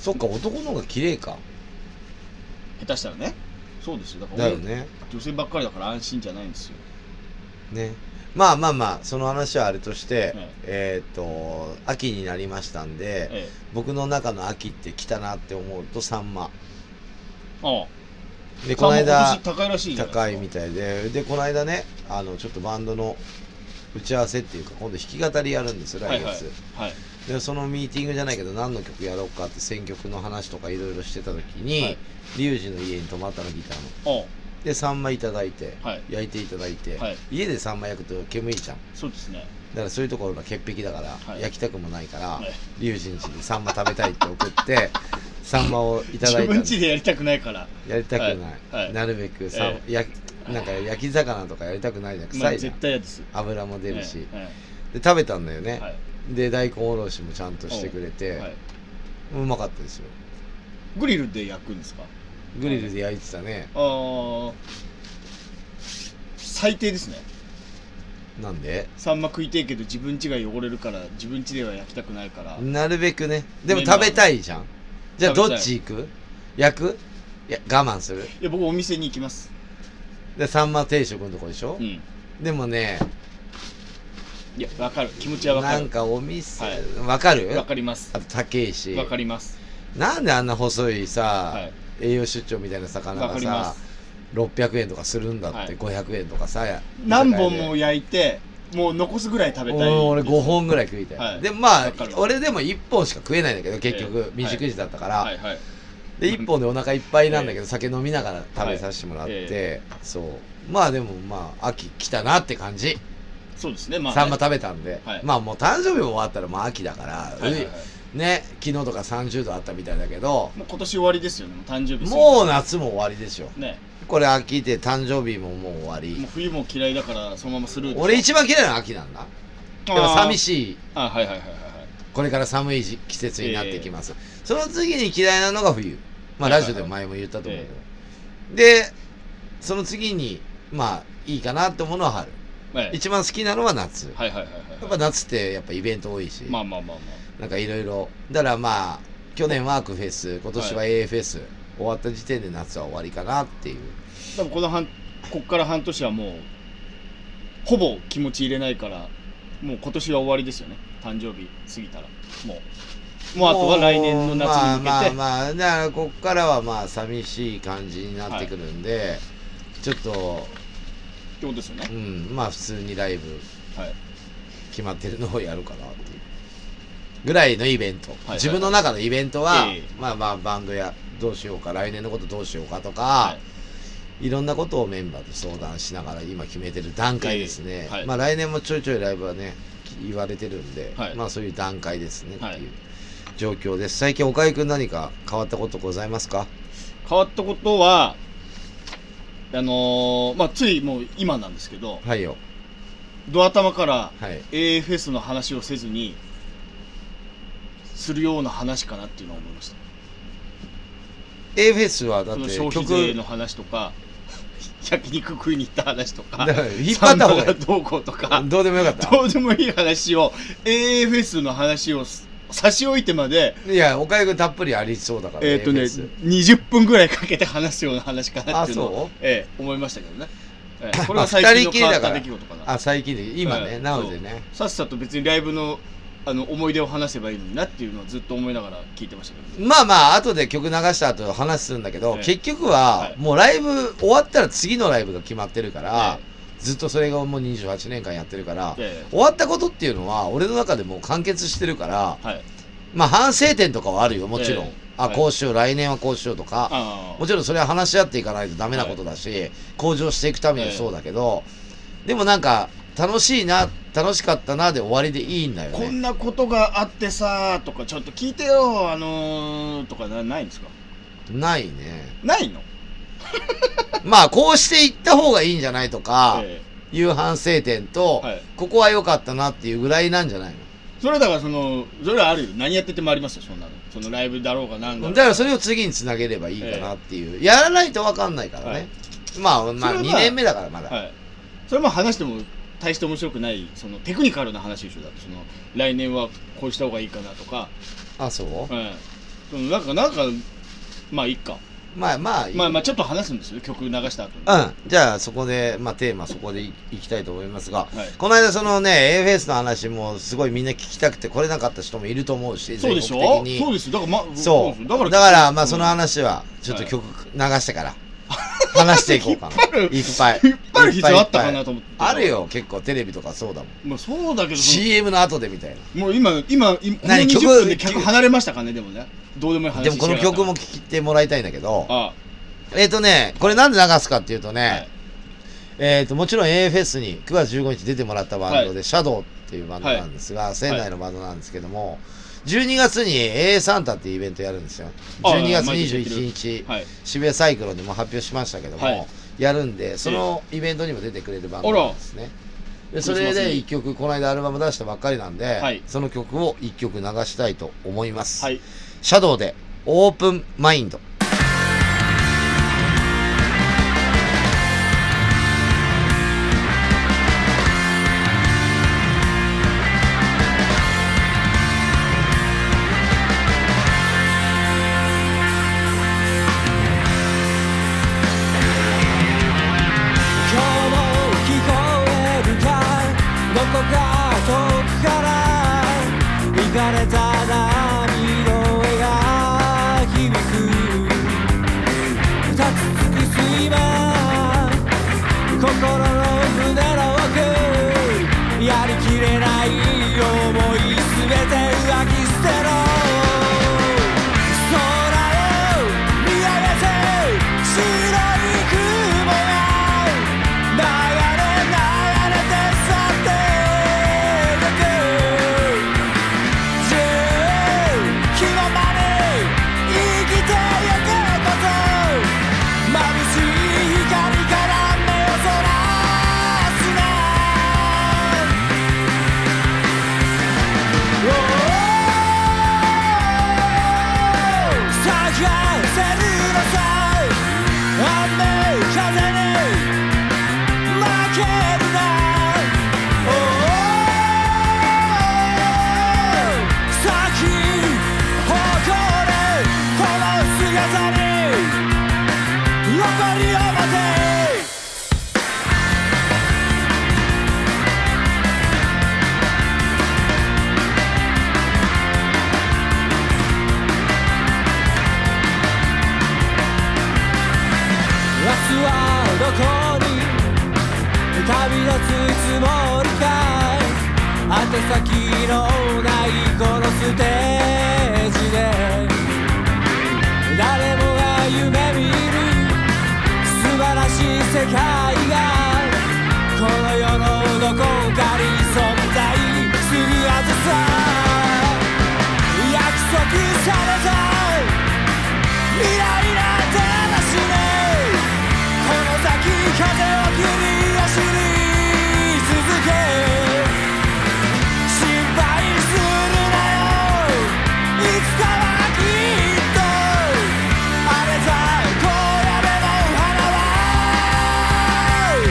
Speaker 1: そっか男の方が綺麗か
Speaker 2: 下手したらねそうですよだから
Speaker 1: だよね
Speaker 2: 女性ばっかりだから安心じゃないんですよ
Speaker 1: ねまあまあまあその話はあれとして、
Speaker 2: え
Speaker 1: えーっと秋になりましたんで、
Speaker 2: ええ
Speaker 1: 僕の中の秋って来たなって思うとサンマ
Speaker 2: ああ
Speaker 1: でこの
Speaker 2: まあ
Speaker 1: 間
Speaker 2: 今年高いらしいじゃな
Speaker 1: 高い
Speaker 2: で
Speaker 1: み
Speaker 2: す
Speaker 1: たいででこの間ねあのちょっとバンドの打ち合わせっていうか今度弾き語りやるんですよ
Speaker 2: か
Speaker 1: 来月、
Speaker 2: はいはいはい
Speaker 1: でそのミーティングじゃないけど何の曲やろうかって選曲の話とかいろいろしてた時に、
Speaker 2: はい
Speaker 1: リュウジの家に泊まったのギターの
Speaker 2: お
Speaker 1: で3枚いただいて、
Speaker 2: はい
Speaker 1: 焼いていただいて、
Speaker 2: はい
Speaker 1: 家で3枚焼くと煙いじゃん
Speaker 2: そうですね
Speaker 1: だからそういうところが潔癖だから、
Speaker 2: はい
Speaker 1: 焼きたくもないから、
Speaker 2: はい
Speaker 1: リュウジんちにサンマ食べたいって送ってサンマをいただい
Speaker 2: 自
Speaker 1: たの
Speaker 2: 分家でやりたくないから
Speaker 1: やりたくない、
Speaker 2: はいはい
Speaker 1: なるべくさ、
Speaker 2: え
Speaker 1: やなんか焼き魚とかやりたくないじゃん
Speaker 2: ま
Speaker 1: 臭
Speaker 2: あ
Speaker 1: いじゃん
Speaker 2: 絶、対嫌です
Speaker 1: 油も出るし、
Speaker 2: はいはい
Speaker 1: で食べたんだよね、
Speaker 2: はい
Speaker 1: で大根おろしもちゃんとしてくれて、
Speaker 2: はいう
Speaker 1: まかったですよ
Speaker 2: グリルで焼くんですか
Speaker 1: グリルで焼いてたね、
Speaker 2: あー最低ですね
Speaker 1: なんで
Speaker 2: サンマ食いてえけど自分家が汚れるから自分家では焼きたくないから
Speaker 1: なるべくねでも食べたいじゃんじゃあど
Speaker 2: 食べたい
Speaker 1: っち行く焼くいや我慢する
Speaker 2: いや僕お店に行きます
Speaker 1: でさんま定食のとこでしょ
Speaker 2: う、ん
Speaker 1: でもね
Speaker 2: いやわかる気持ちはわか
Speaker 1: なん
Speaker 2: る
Speaker 1: かお店
Speaker 2: はい
Speaker 1: わ、かる
Speaker 2: わかります
Speaker 1: あと高いし
Speaker 2: わかります
Speaker 1: なんであんな細いさ、
Speaker 2: はい
Speaker 1: 栄養出張みたいな魚
Speaker 2: わ
Speaker 1: が
Speaker 2: かり
Speaker 1: さ
Speaker 2: ます
Speaker 1: 600円とかするんだって、
Speaker 2: はい
Speaker 1: 500円とかさ
Speaker 2: 何本
Speaker 1: 居酒屋
Speaker 2: も
Speaker 1: で
Speaker 2: 焼いてもう残すぐらい食べたい
Speaker 1: 俺5本ぐらい食いたい、
Speaker 2: はい
Speaker 1: でま
Speaker 2: わ
Speaker 1: あ
Speaker 2: かる
Speaker 1: 俺でも1本しか食えないんだけど結局、
Speaker 2: ええ
Speaker 1: 未熟時だったから、
Speaker 2: はいはい
Speaker 1: で1本でお腹いっぱいなんだけど、酒飲みながら食べさせてもらって、
Speaker 2: はいえ
Speaker 1: そうまあでもまあ秋来たなって感じ、
Speaker 2: そうですねまあ
Speaker 1: サンマ食べたんで、
Speaker 2: はい
Speaker 1: まあもう誕生日も終わったらもう秋だから、
Speaker 2: はいはいはいう
Speaker 1: ね昨日とか30度あったみたいだけど
Speaker 2: もう今年終わりですよねもう誕生日
Speaker 1: もう夏も終わりですよ
Speaker 2: うね
Speaker 1: これ秋で誕生日ももう終わ
Speaker 2: もう
Speaker 1: り
Speaker 2: 冬も嫌いだからそのままスルーです
Speaker 1: 俺一番嫌いなの秋なんだでも寂
Speaker 2: い
Speaker 1: しい
Speaker 2: あはいはいはいはいはい
Speaker 1: これから寒い時季節になってきます、その次に嫌いなのが冬まあ
Speaker 2: はいはいはい
Speaker 1: ラジオでも前も言ったと思うけど、でその次にまあいいかなって思うのは春
Speaker 2: はい
Speaker 1: 一番好きなのは夏、
Speaker 2: はいはいはい
Speaker 1: やっ
Speaker 2: は
Speaker 1: ぱ
Speaker 2: い
Speaker 1: 夏ってやっぱイベント多いし、
Speaker 2: まあまあまあま
Speaker 1: なんかいろいろだからまあ去年ワークフェス今年は AFS、終わった時点で夏は終わりかなっていう
Speaker 2: あでもこの半こっから半年はもうほぼ気持ち入れないからもう今年は終わりですよね誕生日過ぎたらもうもうあとは来年の夏に向けて、
Speaker 1: まあまあまあだからこっからはまあ寂しい感じになってくるんで、ちょっと
Speaker 2: ってことですよ
Speaker 1: う
Speaker 2: ね、
Speaker 1: んまあ普通にライブ
Speaker 2: はい、
Speaker 1: 決まってるのをやるかなっていうぐらいのイベント、
Speaker 2: はい
Speaker 1: 自分の中のイベントは、
Speaker 2: ええ
Speaker 1: まあまあバンドやどうしようか来年のことどうしようかとか、
Speaker 2: はい
Speaker 1: い、ろんなことをメンバーと相談しながら今決めてる段階ですね、
Speaker 2: ええはい
Speaker 1: まあ来年もちょいちょいライブはねき言われてるんで、
Speaker 2: はい
Speaker 1: まあそういう段階ですねって
Speaker 2: はい
Speaker 1: いう状況です最近岡井くん何か変わったことございますか
Speaker 2: 変わったことはあのーまあついもう今なんですけど
Speaker 1: はいよ
Speaker 2: ドア玉から
Speaker 1: はい
Speaker 2: AFS の話をせずにするような話かなっていうのは思いました
Speaker 1: A フェスはだっ
Speaker 2: その
Speaker 1: て
Speaker 2: 消費
Speaker 1: 曲
Speaker 2: 税の話とか焼肉食いに行った話とか
Speaker 1: だから引っ張った方がいい
Speaker 2: サンバがどうこうとか
Speaker 1: どうでもよかった
Speaker 2: どうでもいい話を AFS の話を差し置いてまで
Speaker 1: いや岡井くんたっぷりありそうだから
Speaker 2: えっ、とね
Speaker 1: A フェス
Speaker 2: 20分ぐらいかけて話すような話かなっていうの
Speaker 1: あそう
Speaker 2: を、ええ思いましたけどね、え えこれ
Speaker 1: まあ
Speaker 2: は最近の変わった出来事かな
Speaker 1: あ最近で今ね、
Speaker 2: うん
Speaker 1: なのでね
Speaker 2: さっさと別にライブのあの思い出を話せばいいのになっていうのはずっと思いながら聞いてましたけど
Speaker 1: まあまあ後で曲流した後話するんだけど、
Speaker 2: ええ
Speaker 1: 結局は、
Speaker 2: はい
Speaker 1: もうライブ終わったら次のライブが決まってるから、
Speaker 2: え
Speaker 1: ずっとそれがもう28年間やってるから、
Speaker 2: え
Speaker 1: 終わったことっていうのは俺の中でもう完結してるから
Speaker 2: えはい
Speaker 1: まあ反省点とかはあるよもちろん、
Speaker 2: ええ
Speaker 1: あ
Speaker 2: はい
Speaker 1: こうしよう来年はこうしようとか、
Speaker 2: あ
Speaker 1: もちろんそれは話し合っていかないとダメなことだし、向上していくためにはそうだけど、でもなんか楽しいな楽しかったなで終わりでいいんだよ
Speaker 2: こ
Speaker 1: ね
Speaker 2: んなことがあってさーとかちょっと聞いてよあのー、とかなないんですか
Speaker 1: ないね
Speaker 2: ないの
Speaker 1: まあこうしていった方がいいんじゃないとか
Speaker 2: え
Speaker 1: いう反省点と、
Speaker 2: はい
Speaker 1: ここは良かったなっていうぐらいなんじゃない
Speaker 2: えそれだからそのそれはあるよ何やっててもありますよそんなのそのライブだろうがなんだろ
Speaker 1: の
Speaker 2: う
Speaker 1: だ
Speaker 2: が
Speaker 1: からそれを次につなげればいいかなっていう、やらないと分かんないからね、
Speaker 2: はい
Speaker 1: まあまあ
Speaker 2: それは
Speaker 1: 2年目だからまだ、
Speaker 2: はい、それも話しても大して面白くないそのテクニカルな話でしょだってその来年はこうした方がいいかなとか、
Speaker 1: あそう、
Speaker 2: うん、そのなんかなんかまあいいか
Speaker 1: まあまあいい
Speaker 2: まあまあちょっと話すんですよ曲流した後に、
Speaker 1: うん、じゃあそこで、まあ、テーマそこでいいきたいと思いますが、
Speaker 2: はい
Speaker 1: この間そのね AFS の話もすごいみんな聞きたくて来れなかった人もいると思うし
Speaker 2: そうでしょ
Speaker 1: 全国的
Speaker 2: そう
Speaker 1: に
Speaker 2: ですよだからま
Speaker 1: そう
Speaker 2: だから
Speaker 1: だからまあその
Speaker 2: うん
Speaker 1: 話はちょっと曲流してから、話していこうかな。
Speaker 2: 引っ張る
Speaker 1: いっぱい。
Speaker 2: 引っ張る必要あった
Speaker 1: いぱい
Speaker 2: か
Speaker 1: いっぱ
Speaker 2: な
Speaker 1: い
Speaker 2: と思って
Speaker 1: あるよ、結構テレビとかそうだもん。
Speaker 2: まあそうだけどその
Speaker 1: CM の後でみたいな。
Speaker 2: もう今今いこの
Speaker 1: 何
Speaker 2: 20
Speaker 1: 曲
Speaker 2: 分で客離れましたかねでもねどうでもいい話
Speaker 1: でもこの
Speaker 2: しやがった
Speaker 1: 曲も聴いてもらいたいんだけど、
Speaker 2: あ
Speaker 1: えっ、とね、これなんで流すかっていうとね、
Speaker 2: はい
Speaker 1: えっ、と、もちろん AFS に9月15日出てもらったバンドで、シャドウっていうバンドなんですが、仙台のバンドなんですけども、12月に AA サンタっていうイベントやるんですよ。
Speaker 2: あ
Speaker 1: 12月
Speaker 2: 毎年やってる
Speaker 1: 21日、
Speaker 2: はい
Speaker 1: 渋谷サイクロンでも発表しましたけども、
Speaker 2: はい
Speaker 1: やるんで、そのイベントにも出てくれるバンドなんですね。でそれで1曲、この間アルバム出したばっかりなんで、
Speaker 2: はい
Speaker 1: その曲を1曲流したいと思います。
Speaker 2: はい
Speaker 1: シャドウでオープンマインド。
Speaker 3: 今日も聞こえるかどこか遠くから行かれた波の声が響く二つ尽くす今心の船の奥やりきれない思い全て浮気捨てろ空を見上げて白い雲が流れ流れて去ってゆく「君まで生きてゆくこと」「眩しい光から目をそらすな」「おー探せるのさ雨風に負けるな」「おー咲き誇るこの姿に誇りを持て明日はどこに旅立つつもりかい宛先のないこのステージで誰もが夢見る素晴らしい世界がこの世のどこかに存在するはずさ約束された未来なんてなしねこの先風を切り裂く走り続け心配するなよいつかはきっとあれさこうやめも花は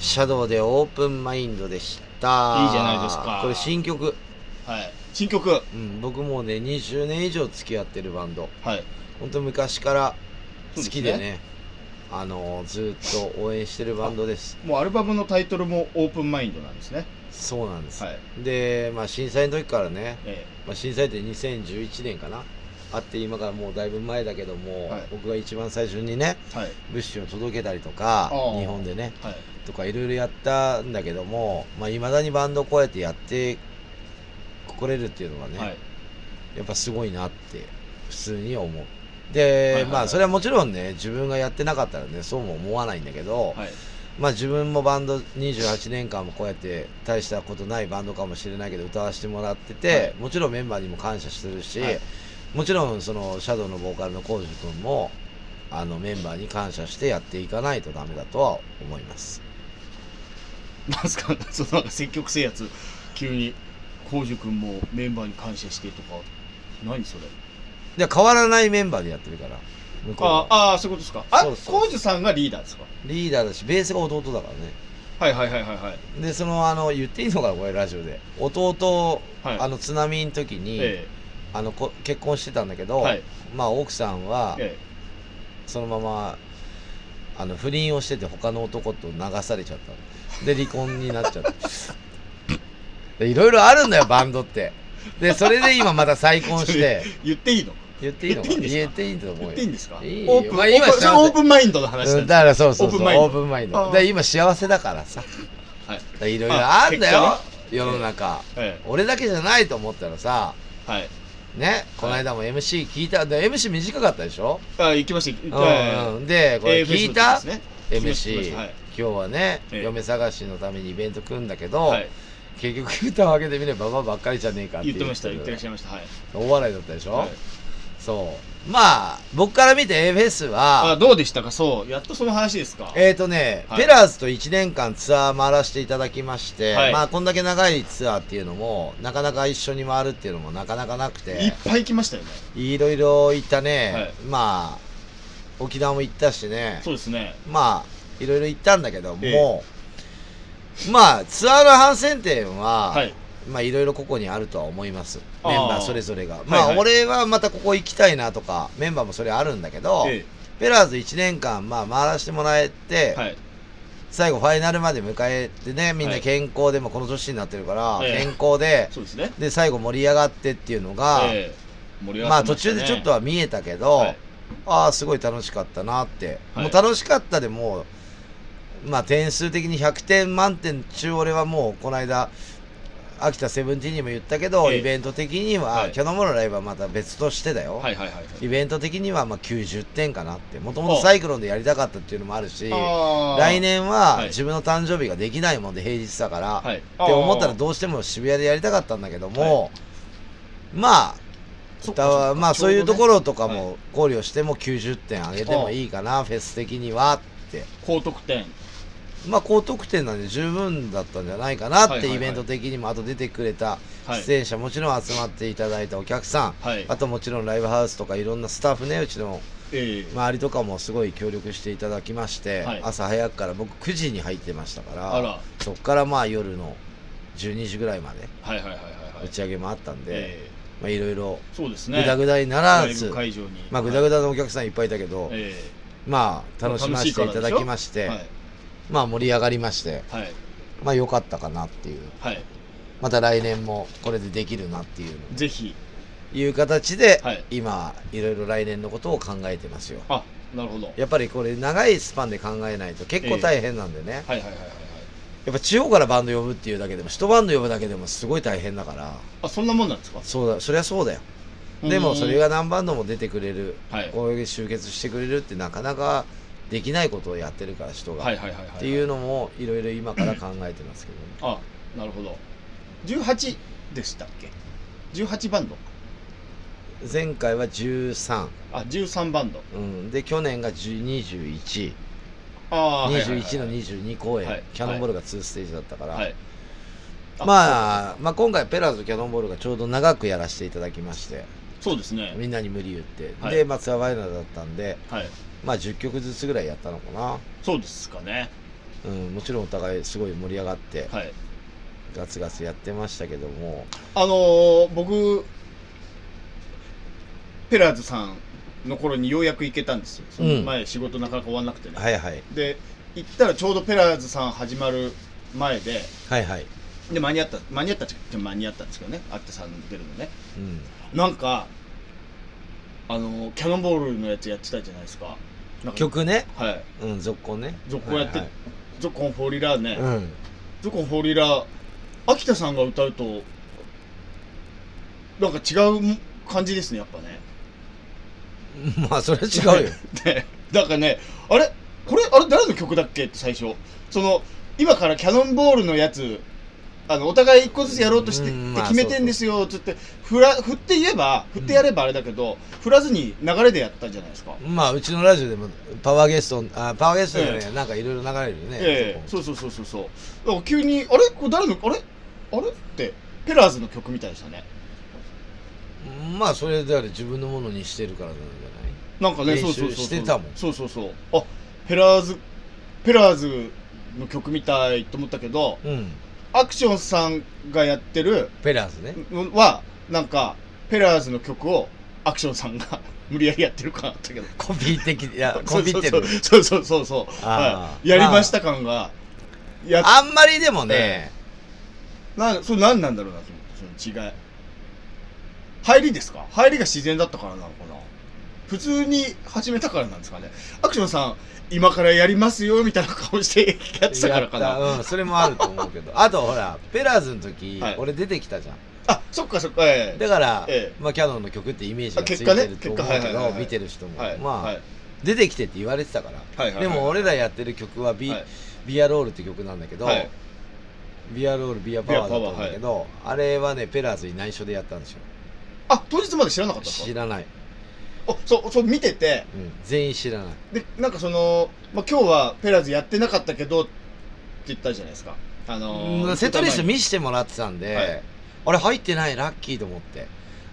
Speaker 1: シャドウでオープンマインドでした
Speaker 2: いいじゃないですか
Speaker 1: これ新曲、
Speaker 2: はい、新曲は
Speaker 1: うん、僕もうね20年以上付き合ってるバンド
Speaker 2: い
Speaker 1: 本当昔から好きで
Speaker 2: そうで
Speaker 1: ねあのずっと応援してるバンドです
Speaker 2: もうアルバムのタイトルもオープンマインドなんですね
Speaker 1: そうなんです、
Speaker 2: はい、
Speaker 1: で、まあ、震災の時からね、
Speaker 2: え
Speaker 1: まあ、震災って2011年かなあって今からもうだいぶ前だけども、
Speaker 2: はい
Speaker 1: 僕が一番最初にね
Speaker 2: えはい
Speaker 1: 物資を届けたりとか
Speaker 2: あー
Speaker 1: 日本でね
Speaker 2: はい
Speaker 1: とかいろいろやったんだけどもまあ、未だにバンドこうやってやってこれるっていうのがね、
Speaker 2: はい
Speaker 1: やっぱすごいなって普通に思う。
Speaker 2: はい
Speaker 1: で、
Speaker 2: はいはい
Speaker 1: まあそれはもちろんね自分がやってなかったらねそうも思わないんだけど、
Speaker 2: はい
Speaker 1: まあ自分もバンド28年間もこうやって大したことないバンドかもしれないけど歌わせてもらってて、
Speaker 2: はい
Speaker 1: もちろんメンバーにも感謝してるし、
Speaker 2: はい
Speaker 1: もちろんそのシャドウのボーカルの浩司君もあのメンバーに感謝してやっていかないとダメだとは思います。
Speaker 2: なんすかそのなんか積極性やつ急に浩く君もメンバーに感謝してとか何それ
Speaker 1: で変わらないメンバーでやってるから向こう
Speaker 2: あ
Speaker 1: は
Speaker 2: あーそういうことですかあ
Speaker 1: そうそう
Speaker 2: 浩二さんがリーダーですか
Speaker 1: リーダーだしベースが弟だからね。
Speaker 2: はいはいはいはいはい
Speaker 1: でそのあの言っていいのかなこれラジオで弟、
Speaker 2: はい
Speaker 1: あの津波の時に、
Speaker 2: え
Speaker 1: あのこ結婚してたんだけど、
Speaker 2: はい
Speaker 1: まあ奥さん
Speaker 2: え
Speaker 1: は
Speaker 2: え
Speaker 1: そのままあの不倫をしてて他の男と流されちゃったので離婚になっちゃった でいろいろあるんだよバンドってでそれで今また再
Speaker 2: え
Speaker 1: 婚
Speaker 2: そ
Speaker 1: し
Speaker 2: れ
Speaker 1: て
Speaker 2: 言っていいの
Speaker 1: 言っていいのか
Speaker 2: 言っていい
Speaker 1: 言っていい
Speaker 2: んですか
Speaker 1: と思うよ
Speaker 2: 言っていいんですか
Speaker 1: いいよ
Speaker 2: オープン、
Speaker 1: まあ今
Speaker 2: オープン
Speaker 1: し
Speaker 2: そ
Speaker 1: たん
Speaker 2: れオ
Speaker 1: で
Speaker 2: ープンマインドの話
Speaker 1: う
Speaker 2: なん
Speaker 1: ん
Speaker 2: です
Speaker 1: だからそうそうそう
Speaker 2: オープンマインド
Speaker 1: オープンマイン
Speaker 2: あ
Speaker 1: ド
Speaker 2: ー
Speaker 1: で今幸せだからさ
Speaker 2: はい
Speaker 1: いろいろあるんだ
Speaker 2: あ
Speaker 1: よ
Speaker 2: 結
Speaker 1: 世の中、
Speaker 2: え
Speaker 1: 俺だけじゃないと思ったらさ
Speaker 2: えはい
Speaker 1: ねこの間も MC 聞いたで MC 短かったでしょ、
Speaker 2: あ行きました
Speaker 1: うん
Speaker 2: 行はい
Speaker 1: うんでこれ
Speaker 2: AFS
Speaker 1: 聞いた、
Speaker 2: の時ですね聞きました聞
Speaker 1: MC
Speaker 2: きましたはい
Speaker 1: 今日はね、
Speaker 2: ええ
Speaker 1: 嫁探しのためにイベント組んだけど、
Speaker 2: はい
Speaker 1: 結局歌を上げてみればババばっかりじゃねえかって
Speaker 2: 言ってました言ってらっし
Speaker 1: ゃ
Speaker 2: ゃいましたはい
Speaker 1: 大笑いだったでしょ、
Speaker 2: はい
Speaker 1: そうまあ僕から見て AFS
Speaker 2: あ
Speaker 1: は
Speaker 2: どうでしたかそうやっとその話ですか
Speaker 1: えーとね、
Speaker 2: はい
Speaker 1: ペラーズと1年間ツアー回らせていただきまして、
Speaker 2: はい
Speaker 1: まあこんだけ長いツアーっていうのもなかなか一緒に回るっていうのもなかなかなくて
Speaker 2: いっぱい来ましたよね
Speaker 1: いろいろ行ったね、
Speaker 2: はい
Speaker 1: まあ沖縄も行ったしね
Speaker 2: そうですね
Speaker 1: まあいろいろ行ったんだけども、
Speaker 2: ええ
Speaker 1: まあツアーの反省点は、
Speaker 2: はい
Speaker 1: まあいろいろここにあるとは思います
Speaker 2: あー
Speaker 1: メンバーそれぞれがまあ、
Speaker 2: はいはい
Speaker 1: 俺はまたここ行きたいなとかメンバーもそれあるんだけど、
Speaker 2: え
Speaker 1: ペラーズ1年間まあ回らせてもらえて、
Speaker 2: えはい
Speaker 1: 最後ファイナルまで迎えてねみん
Speaker 2: は
Speaker 1: ない健康で、もこの年になってるから、
Speaker 2: ええ
Speaker 1: 健康で
Speaker 2: そうですね
Speaker 1: で最後盛り上がってっていうのが、
Speaker 2: ええ盛り上
Speaker 1: ま
Speaker 2: が
Speaker 1: あ
Speaker 2: って
Speaker 1: 途
Speaker 2: したね
Speaker 1: 中でちょっとは見えたけど、
Speaker 2: はい
Speaker 1: ああすごい楽しかったなって、
Speaker 2: はい
Speaker 1: もう楽しかったでもうまあ点数的に100点満点中俺はもうこの間秋田セブンティーンにも言ったけど、
Speaker 2: ええ
Speaker 1: イベント的には、
Speaker 2: はい
Speaker 1: キャノンボールのライブはまた別としてだよ、
Speaker 2: はいはいはい
Speaker 1: イベント的にはまあ90点かなってもともとサイクロンでやりたかったっていうのもあるし
Speaker 2: あー
Speaker 1: 来年は
Speaker 2: はい
Speaker 1: 自分の誕生日ができないもんで平日だから、
Speaker 2: はいって
Speaker 1: って思ったらどうしても渋谷でやりたかったんだけども、まあ
Speaker 2: そっ
Speaker 1: 歌
Speaker 2: かそっ
Speaker 1: は
Speaker 2: か
Speaker 1: まあ
Speaker 2: ちょ
Speaker 1: そう
Speaker 2: うどね
Speaker 1: いうところとか
Speaker 2: は
Speaker 1: も考慮しても90点上げてもいいかな、フェス的にはって
Speaker 2: 高得点
Speaker 1: まあ高得点なんで十分だったんじゃないかな
Speaker 2: は
Speaker 1: っ
Speaker 2: いはいは
Speaker 1: て
Speaker 2: い
Speaker 1: イベント的にもあと出てくれた
Speaker 2: はい
Speaker 1: 出演者もちろん集まっていただいたお客さん
Speaker 2: はい
Speaker 1: あともちろんライブハウスとかいろんなスタッフねうちの
Speaker 2: ええ
Speaker 1: 周りとかもすごい協力していただきまして、
Speaker 2: はい
Speaker 1: 朝早くから僕9時に入ってましたから
Speaker 2: あら
Speaker 1: そっからまあ夜の12時ぐらいまで
Speaker 2: はいはいはいはいは
Speaker 1: 打
Speaker 2: い
Speaker 1: ち上げもあったんで、
Speaker 2: え
Speaker 1: まあいろいろ
Speaker 2: えそうです
Speaker 1: グ
Speaker 2: ね
Speaker 1: ダグダになら
Speaker 2: ライ
Speaker 1: ず、
Speaker 2: ブ会場に
Speaker 1: まあグダグダのお客さんいっぱいいたけど、
Speaker 2: はいえ
Speaker 1: まあ楽しませていただきまし
Speaker 2: え
Speaker 1: て、
Speaker 2: はい
Speaker 1: まあ盛り上がりまして、
Speaker 2: はい
Speaker 1: まあ良かったかなっていう。
Speaker 2: はい
Speaker 1: また来年もこれでできるなっていう
Speaker 2: ぜひ
Speaker 1: いう形で、
Speaker 2: はい
Speaker 1: 今いろいろ来年のことを考えてますよ。
Speaker 2: あなるほどはい
Speaker 1: やっぱりこれ長いスパンで考えないと結構大変なんでね、
Speaker 2: はいはいはいはい
Speaker 1: やっぱ地方からバンド呼ぶっていうだけでも一バンド呼ぶだけでもすごい大変だから
Speaker 2: あそんなもんなんですか
Speaker 1: そうだそりゃそうだよでもそれ
Speaker 2: が
Speaker 1: が何バンドも出てくれる、
Speaker 2: はい
Speaker 1: こういう集結してくれるってなかなかできないことをやってるから人が、
Speaker 2: はいはいはいは
Speaker 1: っていう
Speaker 2: の
Speaker 1: のもいろいろ今から考えてますけど、ね、
Speaker 2: あなるほど18でしたっけ18バンド
Speaker 1: 前回は13、
Speaker 2: あ13バンド
Speaker 1: うん、で去年が2121
Speaker 2: ああ
Speaker 1: の22公演、
Speaker 2: はい
Speaker 1: キャノンボールが2ステージだったから、
Speaker 2: はいあ
Speaker 1: まあ、まあ今回ペラーズとキャノンボールがちょうど長くやらせていただきまして
Speaker 2: そうですね
Speaker 1: みんなに無理言って、
Speaker 2: はい
Speaker 1: で松田バイナーだったんで
Speaker 2: はい
Speaker 1: まあ10曲ずつぐらいやったのかな
Speaker 2: そうですかね
Speaker 1: うん、もちろんお互いすごい盛り上がって、
Speaker 2: はい、
Speaker 1: ガツガツやってましたけども、
Speaker 2: あのー僕ペラーズさんの頃にようやく行けたんですよその前仕事なかなか終わんなくてね、
Speaker 1: はいはい、
Speaker 2: で行ったらちょうどペラーズさん始まる前で
Speaker 1: はいはい、
Speaker 2: で間に合った間に合ったっちゃ間に合ったんですけどねあってさん出るのね
Speaker 1: うん、
Speaker 2: なんかあのキャノンボールのやつやってたじゃないですかなんか
Speaker 1: 曲ね、
Speaker 2: はい
Speaker 1: うん、続行ね。
Speaker 2: 続行やって、
Speaker 1: はい
Speaker 2: ゾコンフォーリラーね、
Speaker 1: はい、うん。
Speaker 2: ゾコンフォーリラー秋田さんが歌うとなんか違う感じですねやっぱね
Speaker 1: まあ、それは違うよ。
Speaker 2: でなんかねあれこれあれ誰の曲だっけって最初その今からキャノンボールのやつあのお互い一個ずつやろうとしてっ
Speaker 1: うん
Speaker 2: て
Speaker 1: まあ
Speaker 2: 決めてんですよつって振ら振って言えば振ってやればあれだけど、振らずに流れでやったじゃないですか、
Speaker 1: まあ、うちのラジオでも、パワーゲスト、あパワーゲストでね、
Speaker 2: え
Speaker 1: なんかいろいろ流れるよね。
Speaker 2: ええ
Speaker 1: そこ
Speaker 2: そうそうそうそうそうだから急にあれこれ誰のあれあれってペラーズの曲みたいでしたね
Speaker 1: まあ、それであれ、自分のものにしてるからなんじ
Speaker 2: なんかね
Speaker 1: 練習
Speaker 2: そうそうそうそう
Speaker 1: してたもん
Speaker 2: そうそうそうあペラーズペラーズの曲みたいと思ったけど
Speaker 1: ゃないうん。
Speaker 2: アクションさんがやってる
Speaker 1: ペラーズね。
Speaker 2: のはなんかペラーズの曲をアクションさんが 無理やりやってる感あったけど
Speaker 1: コピー的、いや、コピーってる。
Speaker 2: そうそうそうそうそうそうは
Speaker 1: あー
Speaker 2: いやりました感がや
Speaker 1: あんまりでもね、
Speaker 2: なそれ何なんだろうなと思ってその違い入りですか入りが自然だったからなのかな普通に始めたからなんですかねアクションさん今からやりますよみたいな顔してやってたからか
Speaker 1: や
Speaker 2: な
Speaker 1: ったうん、それもあると思う けど。あと、ほら、ペラーズの時、
Speaker 2: はい
Speaker 1: 俺出てきたじゃん。
Speaker 2: あそっかそっかええ
Speaker 1: だから、
Speaker 2: え
Speaker 1: まあ、キャノンの曲ってイメージが
Speaker 2: あ
Speaker 1: つい
Speaker 2: 結
Speaker 1: て
Speaker 2: 果ね
Speaker 1: ると思うけど、
Speaker 2: 結果はいはいはいはい
Speaker 1: 見てる人も、
Speaker 2: はい
Speaker 1: まあ、
Speaker 2: はい
Speaker 1: 出てきてって言われてたから、
Speaker 2: はいはい
Speaker 1: でも俺らやってる曲はビ、
Speaker 2: はい
Speaker 1: ビアロールって曲なんだけど、
Speaker 2: はい
Speaker 1: ビアロールビアパワーだと思うん
Speaker 2: ビアパワー
Speaker 1: だけど、あれはねペラーズに内緒でやったんですよ
Speaker 2: あ当日まで知らなかったんです
Speaker 1: 知
Speaker 2: から
Speaker 1: ない、
Speaker 2: あそうそう見てて
Speaker 1: うん、全員知らない
Speaker 2: でなんかその、まあ、今日はペラーズやってなかったけどって言ったじゃないですかあの
Speaker 1: う
Speaker 2: ー、
Speaker 1: んセットリスト
Speaker 2: 見
Speaker 1: 見してもらってたんで、
Speaker 2: はい
Speaker 1: 俺入ってないラッキーと思って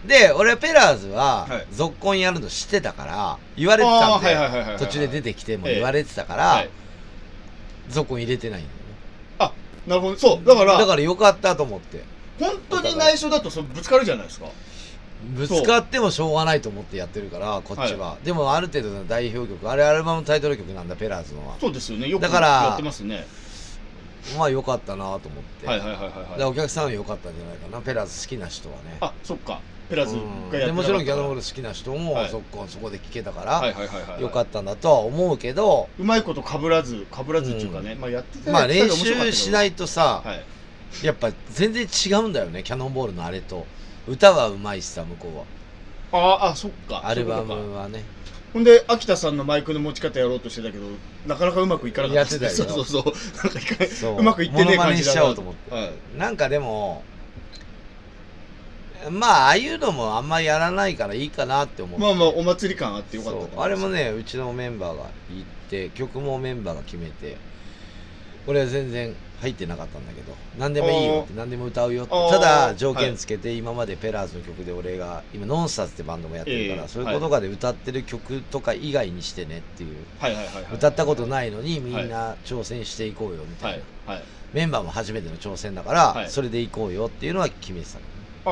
Speaker 1: で俺ペラーズは
Speaker 2: はい
Speaker 1: 続婚やるの知ってたから言わ
Speaker 2: ら
Speaker 1: れてたんで、
Speaker 2: た
Speaker 1: 途中で出てきても
Speaker 2: ええ
Speaker 1: 言われてたから、
Speaker 2: はい
Speaker 1: 続婚入れてないんだよね
Speaker 2: あなるほどそうだから
Speaker 1: だからよかったと思って
Speaker 2: 本当に内緒だとそのぶつかるじゃないですか
Speaker 1: ぶつかってもしょうがないと思ってやってるからこっちは、でもある程度の代表曲あれアルバムのタイトル曲なんだペラーズのは
Speaker 2: そうですよねよく
Speaker 1: だから
Speaker 2: やってますね
Speaker 1: まあよかったなと思って、
Speaker 2: はいはいはいはい
Speaker 1: で
Speaker 2: はい
Speaker 1: お客さんはよかったんじゃないかなペラーズ好きな人はね
Speaker 2: あそっかペラズ
Speaker 1: うん
Speaker 2: がやってなかった
Speaker 1: でもちろんギャノール好きな人も、
Speaker 2: はい
Speaker 1: そこそこで聴けたから、
Speaker 2: はいはいはいはい
Speaker 1: よか
Speaker 2: っ
Speaker 1: ったんだとは思うけど
Speaker 2: たうまいことかぶらずかぶらずっていうかね、まあやってた
Speaker 1: まあ練習しないいとさ、
Speaker 2: はい
Speaker 1: やっぱ全然違うんだよねキャノンボールのあれと歌はうまいしさ向こうは
Speaker 2: ああそっか
Speaker 1: アルバ
Speaker 2: そういうこと
Speaker 1: ム
Speaker 2: か
Speaker 1: はね
Speaker 2: ほんで秋田さんのマイクの持ち方やろうとしてたけどなかなかうまくいかなかったですね
Speaker 1: やってたよ
Speaker 2: そうそうそうなんかいかな
Speaker 1: そう
Speaker 2: うまくいってねえ感じ
Speaker 1: モ
Speaker 2: だな
Speaker 1: ノマネしちゃおうと思って
Speaker 2: はい
Speaker 1: なんかでも、まあ、ああいうのもあんまやらないからいいかなって思って。
Speaker 2: まあまあお祭り感あってよかったと
Speaker 1: そ
Speaker 2: 思いうます
Speaker 1: あれもね、うちのメンバーが行って、曲もメンバーが決めて、俺は全然入ってなかったんだけど、何でもいいよって、何でも歌うよって
Speaker 2: あ、ー
Speaker 1: ただ条件つけて、今までペラーズの曲で俺が、今、ノンスターズってバンドもやってるから、
Speaker 2: ええ
Speaker 1: そういうことかで歌ってる曲とか以外にしてねっていう、
Speaker 2: はいはいはいはい
Speaker 1: 歌ったことないのにみんな挑戦していこうよみたい
Speaker 2: は
Speaker 1: な。
Speaker 2: いはい
Speaker 1: メンバーも初めての挑戦だから、
Speaker 2: はい
Speaker 1: それで行こうよっていうのは決めてたの
Speaker 2: ああ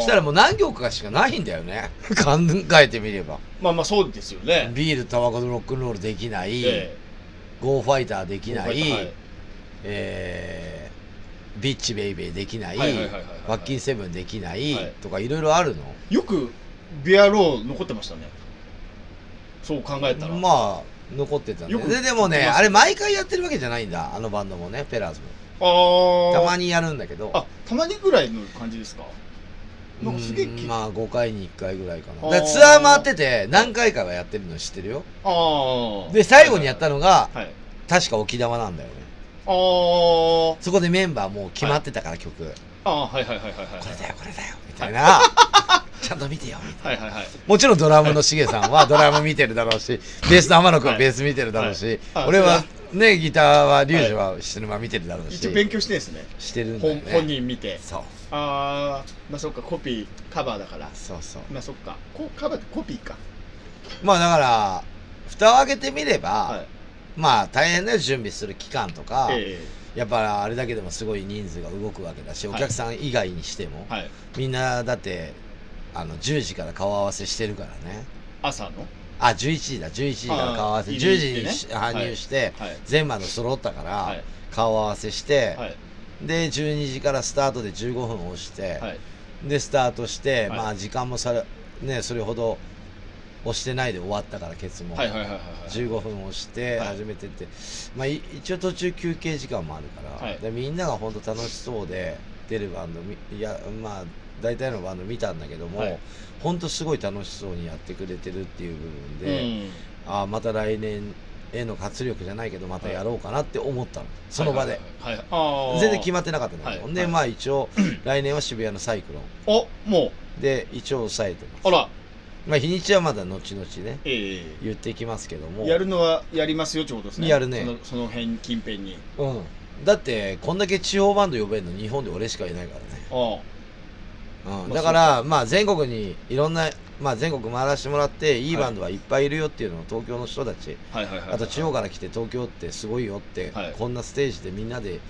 Speaker 1: そしたらもう何曲かしかないんだよね 考えてみれば
Speaker 2: まあまあそうですよね
Speaker 1: ビールタバコのロックンロールできない、
Speaker 2: え
Speaker 1: ゴーファイターで
Speaker 2: え
Speaker 1: きない、えービッチベイベーできない
Speaker 2: はいはいはいはいはい
Speaker 1: バッキンセブンできない、
Speaker 2: はい
Speaker 1: とかいろいろあるの
Speaker 2: よくビアロー残ってましたねそう考えたら、
Speaker 1: まあ残ってたんで
Speaker 2: よく
Speaker 1: ででも
Speaker 2: 聞き
Speaker 1: ね
Speaker 2: ます
Speaker 1: あれ毎回やってるわけじゃないんだあのバンドもねペラーズも
Speaker 2: あー
Speaker 1: たまにやるんだけど
Speaker 2: あたまにぐらいの感じですかなんかすげえ
Speaker 1: うん
Speaker 2: き、あ
Speaker 1: まあ5回に1回ぐらいかな
Speaker 2: あー
Speaker 1: だからツアー回ってて何回かはやってるの知ってるよ
Speaker 2: あ
Speaker 1: で最後にやった
Speaker 2: の
Speaker 1: のが
Speaker 2: はい
Speaker 1: 確か沖縄なんだよね
Speaker 2: あー
Speaker 1: そこでメンバーもう決まってたから曲、
Speaker 2: あーはいはいはいはいはい
Speaker 1: これだよこれだよみたい なちゃんと見てよみたいな
Speaker 2: はいはいはい
Speaker 1: もちろんドラムのしげさんはドラム見てるだろうしベースの天野君はベース見てるだろうし、
Speaker 2: はいはいあ
Speaker 1: 俺は
Speaker 2: そ
Speaker 1: ねギターはリュウジはシネマ見てるだろうし、
Speaker 2: 一応勉強してんですね
Speaker 1: してるんだよ
Speaker 2: 本
Speaker 1: ね
Speaker 2: 本人見て
Speaker 1: そう
Speaker 2: ああまあそっかコピーカバーだから
Speaker 1: そうそう
Speaker 2: まあそっかこカバーってコピーか
Speaker 1: まあだから蓋を開けてみれば、
Speaker 2: はい
Speaker 1: まあ大変だよ準備する期間とか、
Speaker 2: え
Speaker 1: やっぱあれだけでもすごい人数が動くわけだし、
Speaker 2: はい
Speaker 1: お客さん以外にしても、
Speaker 2: えはい
Speaker 1: みんなだってあの10時から顔合わせしてるからね
Speaker 2: 朝の
Speaker 1: あ11時だ11時から顔合わせ
Speaker 2: あー
Speaker 1: 10
Speaker 2: 入
Speaker 1: 時
Speaker 2: り
Speaker 1: に
Speaker 2: 口でね
Speaker 1: 搬入して、
Speaker 2: はい
Speaker 1: 全部あの揃ったから、
Speaker 2: はい
Speaker 1: 顔合わせして、
Speaker 2: はい
Speaker 1: で12時からスタートで15分押して、
Speaker 2: はい
Speaker 1: でスタートして、
Speaker 2: はい
Speaker 1: まあ時間もされねそれほど押してないで終わったからケツも、
Speaker 2: はいはいはいはい
Speaker 1: 15分押して
Speaker 2: はい
Speaker 1: 始めてって、まあ、い一応途中休憩時間もあるから、
Speaker 2: はい
Speaker 1: でみんなが本当楽しそうで出るバンドみいやまあ大体のバンド見たんだけども、
Speaker 2: はい
Speaker 1: 本当すごい楽しそうにやってくれてるっていう部分
Speaker 2: う
Speaker 1: で、
Speaker 2: ん
Speaker 1: ああまた来年への活力じゃないけどまたやろうかなって思ったの、その場で、
Speaker 2: はいはいはいはい
Speaker 1: 全然決
Speaker 2: ま
Speaker 1: まってなかったんだけど、
Speaker 2: はい
Speaker 1: で、
Speaker 2: はい
Speaker 1: まあ一 応来年は渋谷のサイクロン
Speaker 2: おも
Speaker 1: で一応抑えてます
Speaker 2: うあら
Speaker 1: まあ日にちはまだ後々ね
Speaker 2: ええ
Speaker 1: 言ってきますけども
Speaker 2: やるのはやりますよってことですね
Speaker 1: やるね
Speaker 2: そのその辺近辺に
Speaker 1: うんだってこんだけ地方バンド呼べるの日本で俺しかいないからね、
Speaker 2: あ
Speaker 1: うん、
Speaker 2: まあ
Speaker 1: だからまあ全国にいろんな、まあ、全国回らせてもらっていい
Speaker 2: はい
Speaker 1: バンドはいっぱいいるよっていうのを東京の人たち、
Speaker 2: あはいはいはい
Speaker 1: あと地方から来て東京ってすごいよって、
Speaker 2: はい
Speaker 1: こんなステージでみんなで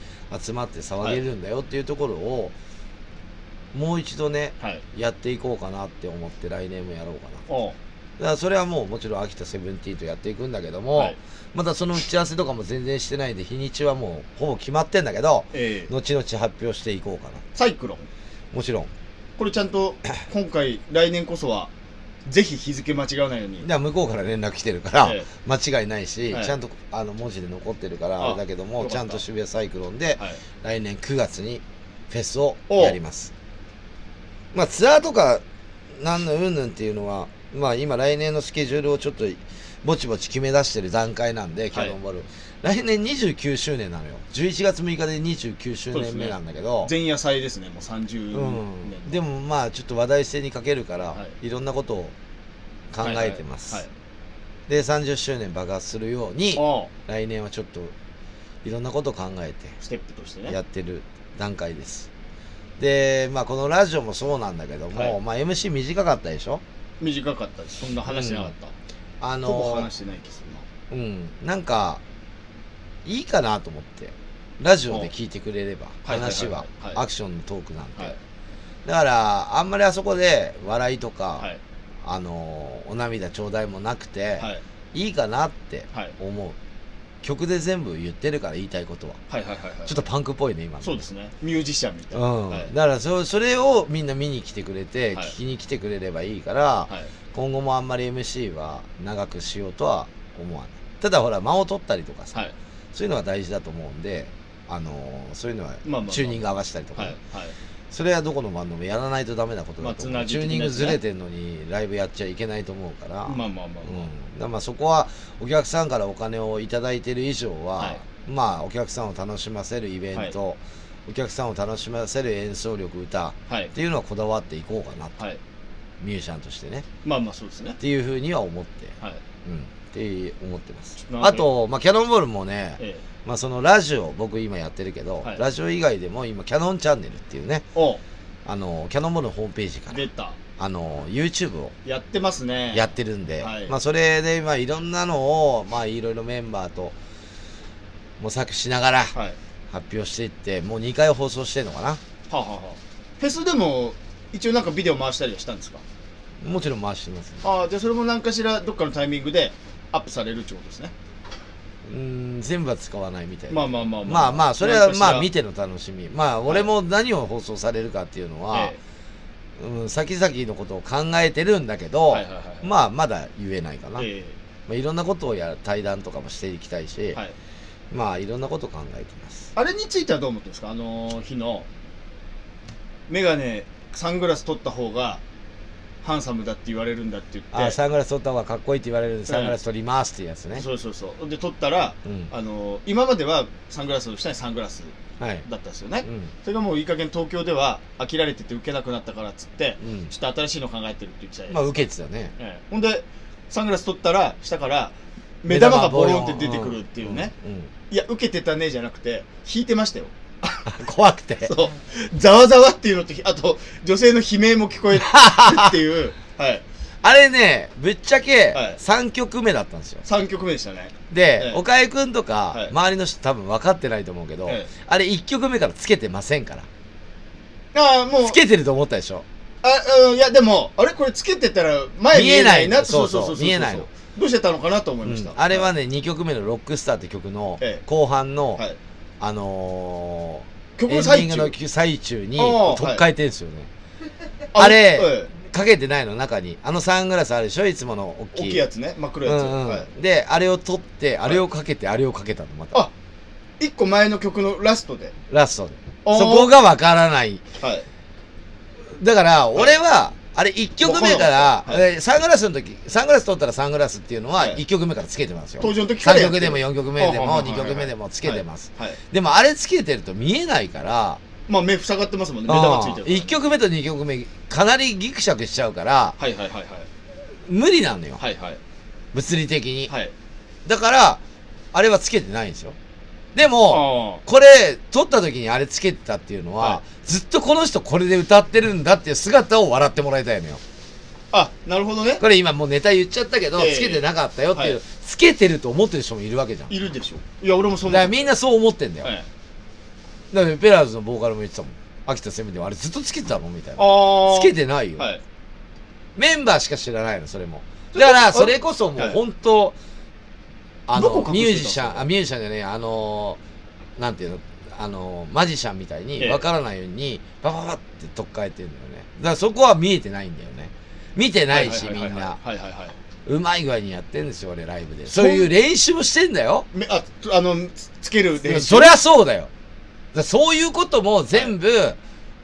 Speaker 1: 集まって騒げるんだよっていうところをもう一度ね
Speaker 2: はい
Speaker 1: やっていこうかなって思って来年もやろうかな
Speaker 2: おう
Speaker 1: だからそれはもうもちろん秋田セブンティーンとやっていくんだけども、
Speaker 2: はい
Speaker 1: まだその打ち合わせとかも全然してないんで日にちはもうほぼ決まってんだけど
Speaker 2: ええ
Speaker 1: 後々発表していこうかな
Speaker 2: サイクロン
Speaker 1: もちろん
Speaker 2: これちゃん と今回来年こそはぜひ日付間違わないように
Speaker 1: では向こうから連絡来てるから
Speaker 2: え
Speaker 1: 間違いないし、
Speaker 2: はい
Speaker 1: ちゃんとあの文字で残ってるから
Speaker 2: あ
Speaker 1: あれだけど
Speaker 2: よ
Speaker 1: も
Speaker 2: かった
Speaker 1: ちゃんと渋谷サイクロンで
Speaker 2: はい
Speaker 1: 来年9月にフェスを
Speaker 2: おう
Speaker 1: やりますまあツアーとかなんのうんぬんっていうのはまあ今来年のスケジュールをちょっとぼちぼち決め出してる段階なんでキャノンボール、来年29周年なのよ11月6日で29周
Speaker 2: そうです
Speaker 1: 年
Speaker 2: ね
Speaker 1: 目なんだけど
Speaker 2: 前夜祭ですねもう30
Speaker 1: うん
Speaker 2: 年
Speaker 1: でもまあちょっと話題性に欠けるから、、
Speaker 2: はい
Speaker 1: ろんなことを考えてます、
Speaker 2: はいはい
Speaker 1: で30周年爆発するように
Speaker 2: はいおう
Speaker 1: 来年はちょっといろんなことを考えて
Speaker 2: ステップとしてね
Speaker 1: やってる段階ですでまあこのラジオもそうなんだけども、
Speaker 2: はい
Speaker 1: まあ MC 短かったでしょ
Speaker 2: 短かったですそんな話しなかった、
Speaker 1: あ
Speaker 2: ほぼ
Speaker 1: の
Speaker 2: 話してない気するな
Speaker 1: うんなんかいいかなと思ってラジオで聞いてくれれば
Speaker 2: おはいはいはい
Speaker 1: 話は
Speaker 2: はい
Speaker 1: アクションのトークなんて、
Speaker 2: はい
Speaker 1: だからあんまりあそこで笑いとか、
Speaker 2: はい
Speaker 1: あのお涙頂戴もなくて、
Speaker 2: はい
Speaker 1: い、いかなって
Speaker 2: はい
Speaker 1: 思う曲で全部言ってるから言いたいことは
Speaker 2: はいはいはいはい
Speaker 1: ちょっとパンクっぽいね今の
Speaker 2: そうですねミュージシャンみた
Speaker 1: う
Speaker 2: い
Speaker 1: ん
Speaker 2: な、はい
Speaker 1: だからそそれをみんな見に来てくれて、
Speaker 2: はい
Speaker 1: 聞きに来てくれればいいから、
Speaker 2: はい
Speaker 1: 今後もあんまり MC は長くしようとは思わないただほら間を取ったりとかさ、
Speaker 2: はい
Speaker 1: そういうのは大事だと思うんで、あのそういうのは
Speaker 2: まあまあまあ
Speaker 1: チューニング合わせたりとか
Speaker 2: は
Speaker 1: ね、
Speaker 2: いはい
Speaker 1: それはどこのバンドもやらないとダメなことだと思う、
Speaker 2: まあ
Speaker 1: チ
Speaker 2: つな
Speaker 1: ュー
Speaker 2: ぎ的な
Speaker 1: ニング
Speaker 2: やつね
Speaker 1: ずれてんのにライブやっちゃいけないと思うから、
Speaker 2: まあまあまあま
Speaker 1: うん、だ
Speaker 2: あ
Speaker 1: からまあそこはお客さんからお金をいただいてる以上は、
Speaker 2: はい
Speaker 1: まあお客さんを楽しませるイベント、お客さんを楽しませる演奏力歌っ
Speaker 2: はい
Speaker 1: ていうのはこだわっていこうかなと、
Speaker 2: はい
Speaker 1: ミュージシャンとしてね
Speaker 2: まあまあそうですね
Speaker 1: っていうふうには思って、
Speaker 2: はい
Speaker 1: うん、って思ってます
Speaker 2: なるほ
Speaker 1: あ
Speaker 2: ど
Speaker 1: と、まあ、キャノンボールもね、
Speaker 2: ええ
Speaker 1: まあ、そのラジオ僕今やってるけど、
Speaker 2: はい
Speaker 1: ラジオ以外でも今キャノンチャンネルっていうね
Speaker 2: お
Speaker 1: あのキャノンボールのホームページから
Speaker 2: 出た
Speaker 1: あの YouTube を
Speaker 2: やってますね
Speaker 1: やってるんで、
Speaker 2: はい
Speaker 1: まあそれでまあいろんなのをまあいろいろメンバーと模索しながら
Speaker 2: はいは
Speaker 1: 発表していってもう2回放送してるのかな
Speaker 2: あはあはあフェスでも一応なんかビデオ回したりはしたんですか
Speaker 1: もちろん回してます、ね、
Speaker 2: ああじゃあそれも何かしらどっかのタイミングでアップされるってことですね
Speaker 1: うーん全部は使わないみたいな
Speaker 2: まあまあまあ
Speaker 1: まあまあそれはまあ見
Speaker 2: 見て
Speaker 1: ての楽しみまあ俺も何を放送されるかっていうのは、
Speaker 2: は
Speaker 1: うん、先々のことを考えてるんだけど、
Speaker 2: はいはいはいはい
Speaker 1: まあまだ言えないかな、
Speaker 2: え
Speaker 1: まあ、いろんなことをやる対談とかもしていきたいし、
Speaker 2: えはい
Speaker 1: まあいろんなこと考えてます
Speaker 2: あれについてはどう思ってるんですかあの日のメガネサングラス取った方がハンサムだって言われるんだって言って
Speaker 1: あサングラス取った方がかっこいいって言われるんでサングラス取りますっていうやつね、
Speaker 2: そうそうそうで取ったら
Speaker 1: うん
Speaker 2: あの今まではサングラスをしたいサングラス
Speaker 1: はい
Speaker 2: だったんですよね、
Speaker 1: うん
Speaker 2: それがもういい加減東京では飽きられてて受けなくなったからっつって、
Speaker 1: うん
Speaker 2: ちょっと新しいの考えてるって言ってたじゃ
Speaker 1: ま
Speaker 2: な
Speaker 1: あ
Speaker 2: い
Speaker 1: 受
Speaker 2: で
Speaker 1: けてたね
Speaker 2: すかええほんでサングラス取ったら下から目玉がボロンって出てくるっていうね、、
Speaker 1: うんうん
Speaker 2: いや受けてたねじゃなくて引いてましたよ
Speaker 1: うん怖くて
Speaker 2: そう ざわざわっていうのとあと女性の悲鳴も聞こえるっていうはい
Speaker 1: あれね、ぶっちゃけ
Speaker 2: はい
Speaker 1: 3曲目だったんですよ。
Speaker 2: 3曲目でしたねえ
Speaker 1: で
Speaker 2: え、
Speaker 1: 岡井くんと
Speaker 2: は
Speaker 1: か
Speaker 2: い、
Speaker 1: 周りの人多分分かってないと思うけど
Speaker 2: ええ、
Speaker 1: あれ1曲目からつけてませんから。
Speaker 2: ああもう
Speaker 1: つけてると思ったでしょ。
Speaker 2: あうんいやでもあれこれつけてたら前見えないなって
Speaker 1: 見えないのそうそう見えないの
Speaker 2: どうしてたのかなと思いうまし
Speaker 1: ん
Speaker 2: た、
Speaker 1: あれはね、2曲目のロックスターって曲の
Speaker 2: ええ
Speaker 1: 後半の
Speaker 2: は、い
Speaker 1: あのー、
Speaker 2: 曲
Speaker 1: エン
Speaker 2: の
Speaker 1: ディ
Speaker 2: 最
Speaker 1: ン
Speaker 2: 中
Speaker 1: グの最中に
Speaker 2: ああ
Speaker 1: 取っ替えてんすよね。
Speaker 2: あ
Speaker 1: あれ
Speaker 2: え
Speaker 1: かけてないの中に。あのサングラスあるでしょいつもの大
Speaker 2: え大
Speaker 1: き
Speaker 2: き
Speaker 1: い。
Speaker 2: いやつね真っ黒いうやつ、
Speaker 1: んうん
Speaker 2: はい
Speaker 1: で、あれを取って、あれをかけて、あれをかけたの、また。
Speaker 2: あ一個前の曲のラストで
Speaker 1: ラストで。
Speaker 2: あー
Speaker 1: そこがわからない。
Speaker 2: はい
Speaker 1: だから、
Speaker 2: い
Speaker 1: 俺は、あれ1曲目から
Speaker 2: わかんなかっ、たは
Speaker 1: えーサングラスの時、サングラス取ったらサングラスっていうのは
Speaker 2: はい
Speaker 1: 1曲目からつけてますよ。
Speaker 2: 登場の時から
Speaker 1: 3
Speaker 2: やって
Speaker 1: 曲
Speaker 2: る
Speaker 1: でも4曲目で
Speaker 2: はあはあはあ
Speaker 1: も
Speaker 2: はあ
Speaker 1: 2曲目でもつけてます。
Speaker 2: はい
Speaker 1: でもあれつけてると見えないから、
Speaker 2: まあ目塞がってますもんね目玉がついてるから
Speaker 1: 1曲目と2曲目、かなりギクシャクしちゃうから、
Speaker 2: はいはいはいはい
Speaker 1: 無理なのよ。
Speaker 2: はいはい
Speaker 1: 物理的に。
Speaker 2: はい
Speaker 1: だから、あれはつけてないんですよ。でも、
Speaker 2: あ
Speaker 1: これ、撮った時にあれつけてたっていうのは、
Speaker 2: は
Speaker 1: ずっとこの人これで歌ってるんだっていう姿を笑ってもらいたいのよ。
Speaker 2: ああなるほどね
Speaker 1: これ今もうネタ言っちゃったけど、
Speaker 2: ええ
Speaker 1: つけてなかったよっていう、
Speaker 2: はい
Speaker 1: つけてると思ってる人もいるわけじゃん。だ
Speaker 2: いるでしょいや俺もそう
Speaker 1: か
Speaker 2: 思
Speaker 1: ら
Speaker 2: う
Speaker 1: みんなそう思ってんだよ。
Speaker 2: はい
Speaker 1: だからペラーズのボーカルも言ってたもん。秋田せめてあれずっとつけてたのみたいな。
Speaker 2: ああ
Speaker 1: つけてないよ、
Speaker 2: はい
Speaker 1: メンバーしか知らないの、それも。
Speaker 2: それ
Speaker 1: だから、
Speaker 2: あ
Speaker 1: それこそもう
Speaker 2: はい
Speaker 1: 本当、あ
Speaker 2: どこ
Speaker 1: の
Speaker 2: 隠して、た
Speaker 1: ミュージシャン、
Speaker 2: の
Speaker 1: あ、ミュージシャンじゃねえ、あのー、なんていうの、あのー、マジシャンみたいに、
Speaker 2: ええ
Speaker 1: わからないように、パパパって取っ替えてるんだよね。だからそこは見えてないんだよね。見てないし、
Speaker 2: は
Speaker 1: み
Speaker 2: はは
Speaker 1: ん
Speaker 2: は
Speaker 1: な。
Speaker 2: はいはいはいう
Speaker 1: まい具合にやってんですよ、俺、ライブで。そ
Speaker 2: そん
Speaker 1: ういう練習もしてんだよ。
Speaker 2: めあつあのつつける練習
Speaker 1: そりゃそうだよ。だからそういうことも全部、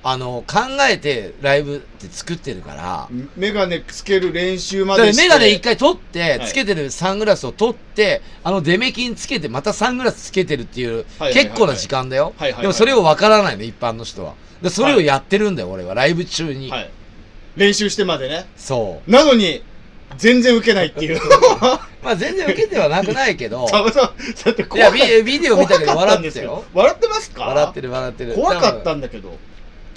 Speaker 1: あの、考えてライブって作ってるから。
Speaker 2: メガネつける練習
Speaker 1: だ
Speaker 2: ま
Speaker 1: か
Speaker 2: で
Speaker 1: ら
Speaker 2: して
Speaker 1: メガネ一回取って、
Speaker 2: はい
Speaker 1: つけてるサングラスを取って、あのデメキンつけて、またサングラスつけてるっていう
Speaker 2: はいはいは、い
Speaker 1: 結構な時間だよ。
Speaker 2: はいはいはい
Speaker 1: でもそれをわからないの、一般の人は。でそれをやってるんだよ、俺は、ライブ中に。
Speaker 2: はい練習してまでね
Speaker 1: そう。
Speaker 2: なのに全然受けない っていう
Speaker 1: まあ全然受けてはなくないけど、
Speaker 2: さんまさんだって
Speaker 1: い
Speaker 2: 怖
Speaker 1: や、
Speaker 2: か
Speaker 1: ビデビデオ見たけど
Speaker 2: 怖か
Speaker 1: 笑
Speaker 2: ん
Speaker 1: っ
Speaker 2: で
Speaker 1: て
Speaker 2: す
Speaker 1: たよ。
Speaker 2: 笑ってますか
Speaker 1: 笑って
Speaker 2: る
Speaker 1: る笑ってる。
Speaker 2: 怖かっ
Speaker 1: 多
Speaker 2: た
Speaker 1: 分
Speaker 2: んだけど、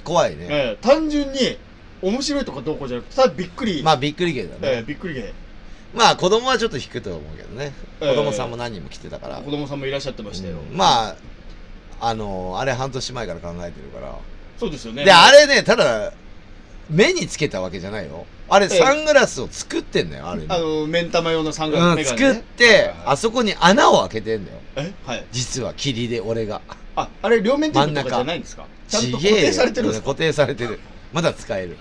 Speaker 1: 怖いね。
Speaker 2: ええ単純に面白いとかどうこうじゃなくてただびっくり、
Speaker 1: まあびっくり芸だね
Speaker 2: ええ。びっくりで
Speaker 1: まあ子供はちょっと引くと思うけどね、
Speaker 2: えー
Speaker 1: 子供さんも何人も来てたから、
Speaker 2: 子供さんもいらっしゃってましたよ、
Speaker 1: うんまああのあれ半年前から考えてるから、
Speaker 2: そうですよね
Speaker 1: であれねただ目につけたわけじゃないよあれ
Speaker 2: えー
Speaker 1: サングラスを作ってんだよあれ、
Speaker 2: あの目ん玉用のサングラス
Speaker 1: うん、
Speaker 2: メガネ、
Speaker 1: 作ってあ
Speaker 2: あ
Speaker 1: そこに穴を開けてんだよ
Speaker 2: えはい
Speaker 1: 実は霧で俺が
Speaker 2: ああれ両面テープ
Speaker 1: 真ん
Speaker 2: とか
Speaker 1: 中
Speaker 2: じゃないんですかちゃんと
Speaker 1: ち
Speaker 2: 固
Speaker 1: げえよ
Speaker 2: 定されてるんです
Speaker 1: うん
Speaker 2: か
Speaker 1: 固定されてるまだ使え る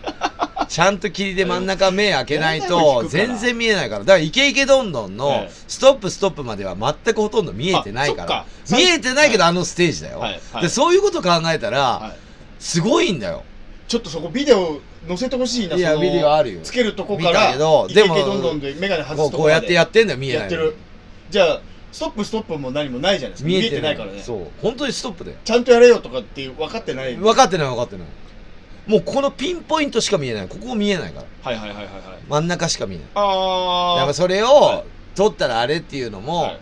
Speaker 1: ちゃんと霧で真ん中目開けない
Speaker 2: えー
Speaker 1: と
Speaker 2: なんだよ引くから
Speaker 1: 全然見えないからだからイケイケどんどんの
Speaker 2: えー
Speaker 1: ストップストップまでは全くほとんど見えてないから
Speaker 2: あそっか
Speaker 1: 見えてないけどあのステージだよ、
Speaker 2: はいはい
Speaker 1: でそういうこと考えた
Speaker 2: は
Speaker 1: ら
Speaker 2: い
Speaker 1: すごいんだよ
Speaker 2: ちょっとそこビデオ載せてほしいない
Speaker 1: や
Speaker 2: その
Speaker 1: ビデオあるよ
Speaker 2: つけるとこか
Speaker 1: 見た
Speaker 2: ら
Speaker 1: けど
Speaker 2: イケイケ
Speaker 1: でも
Speaker 2: どんどんで眼鏡外
Speaker 1: こ
Speaker 2: す
Speaker 1: う
Speaker 2: と
Speaker 1: こ
Speaker 2: こ
Speaker 1: う
Speaker 2: まで
Speaker 1: やってやってんだよ見え
Speaker 2: や
Speaker 1: な
Speaker 2: っ
Speaker 1: い
Speaker 2: て
Speaker 1: のに
Speaker 2: るじゃあストップストップも何もないじゃないですか見えてないからね
Speaker 1: そう本当にストップだよ
Speaker 2: ちゃんとやれよとかって分かってない
Speaker 1: 分かってない分かってないもうこのピンポイントしか見えないここ見えないから
Speaker 2: はいはいはいはいはい
Speaker 1: 真ん中しか見えないやっ
Speaker 2: あ
Speaker 1: ぱ
Speaker 2: ー
Speaker 1: それ
Speaker 2: は
Speaker 1: を取ったらあれっていうのも、
Speaker 2: はい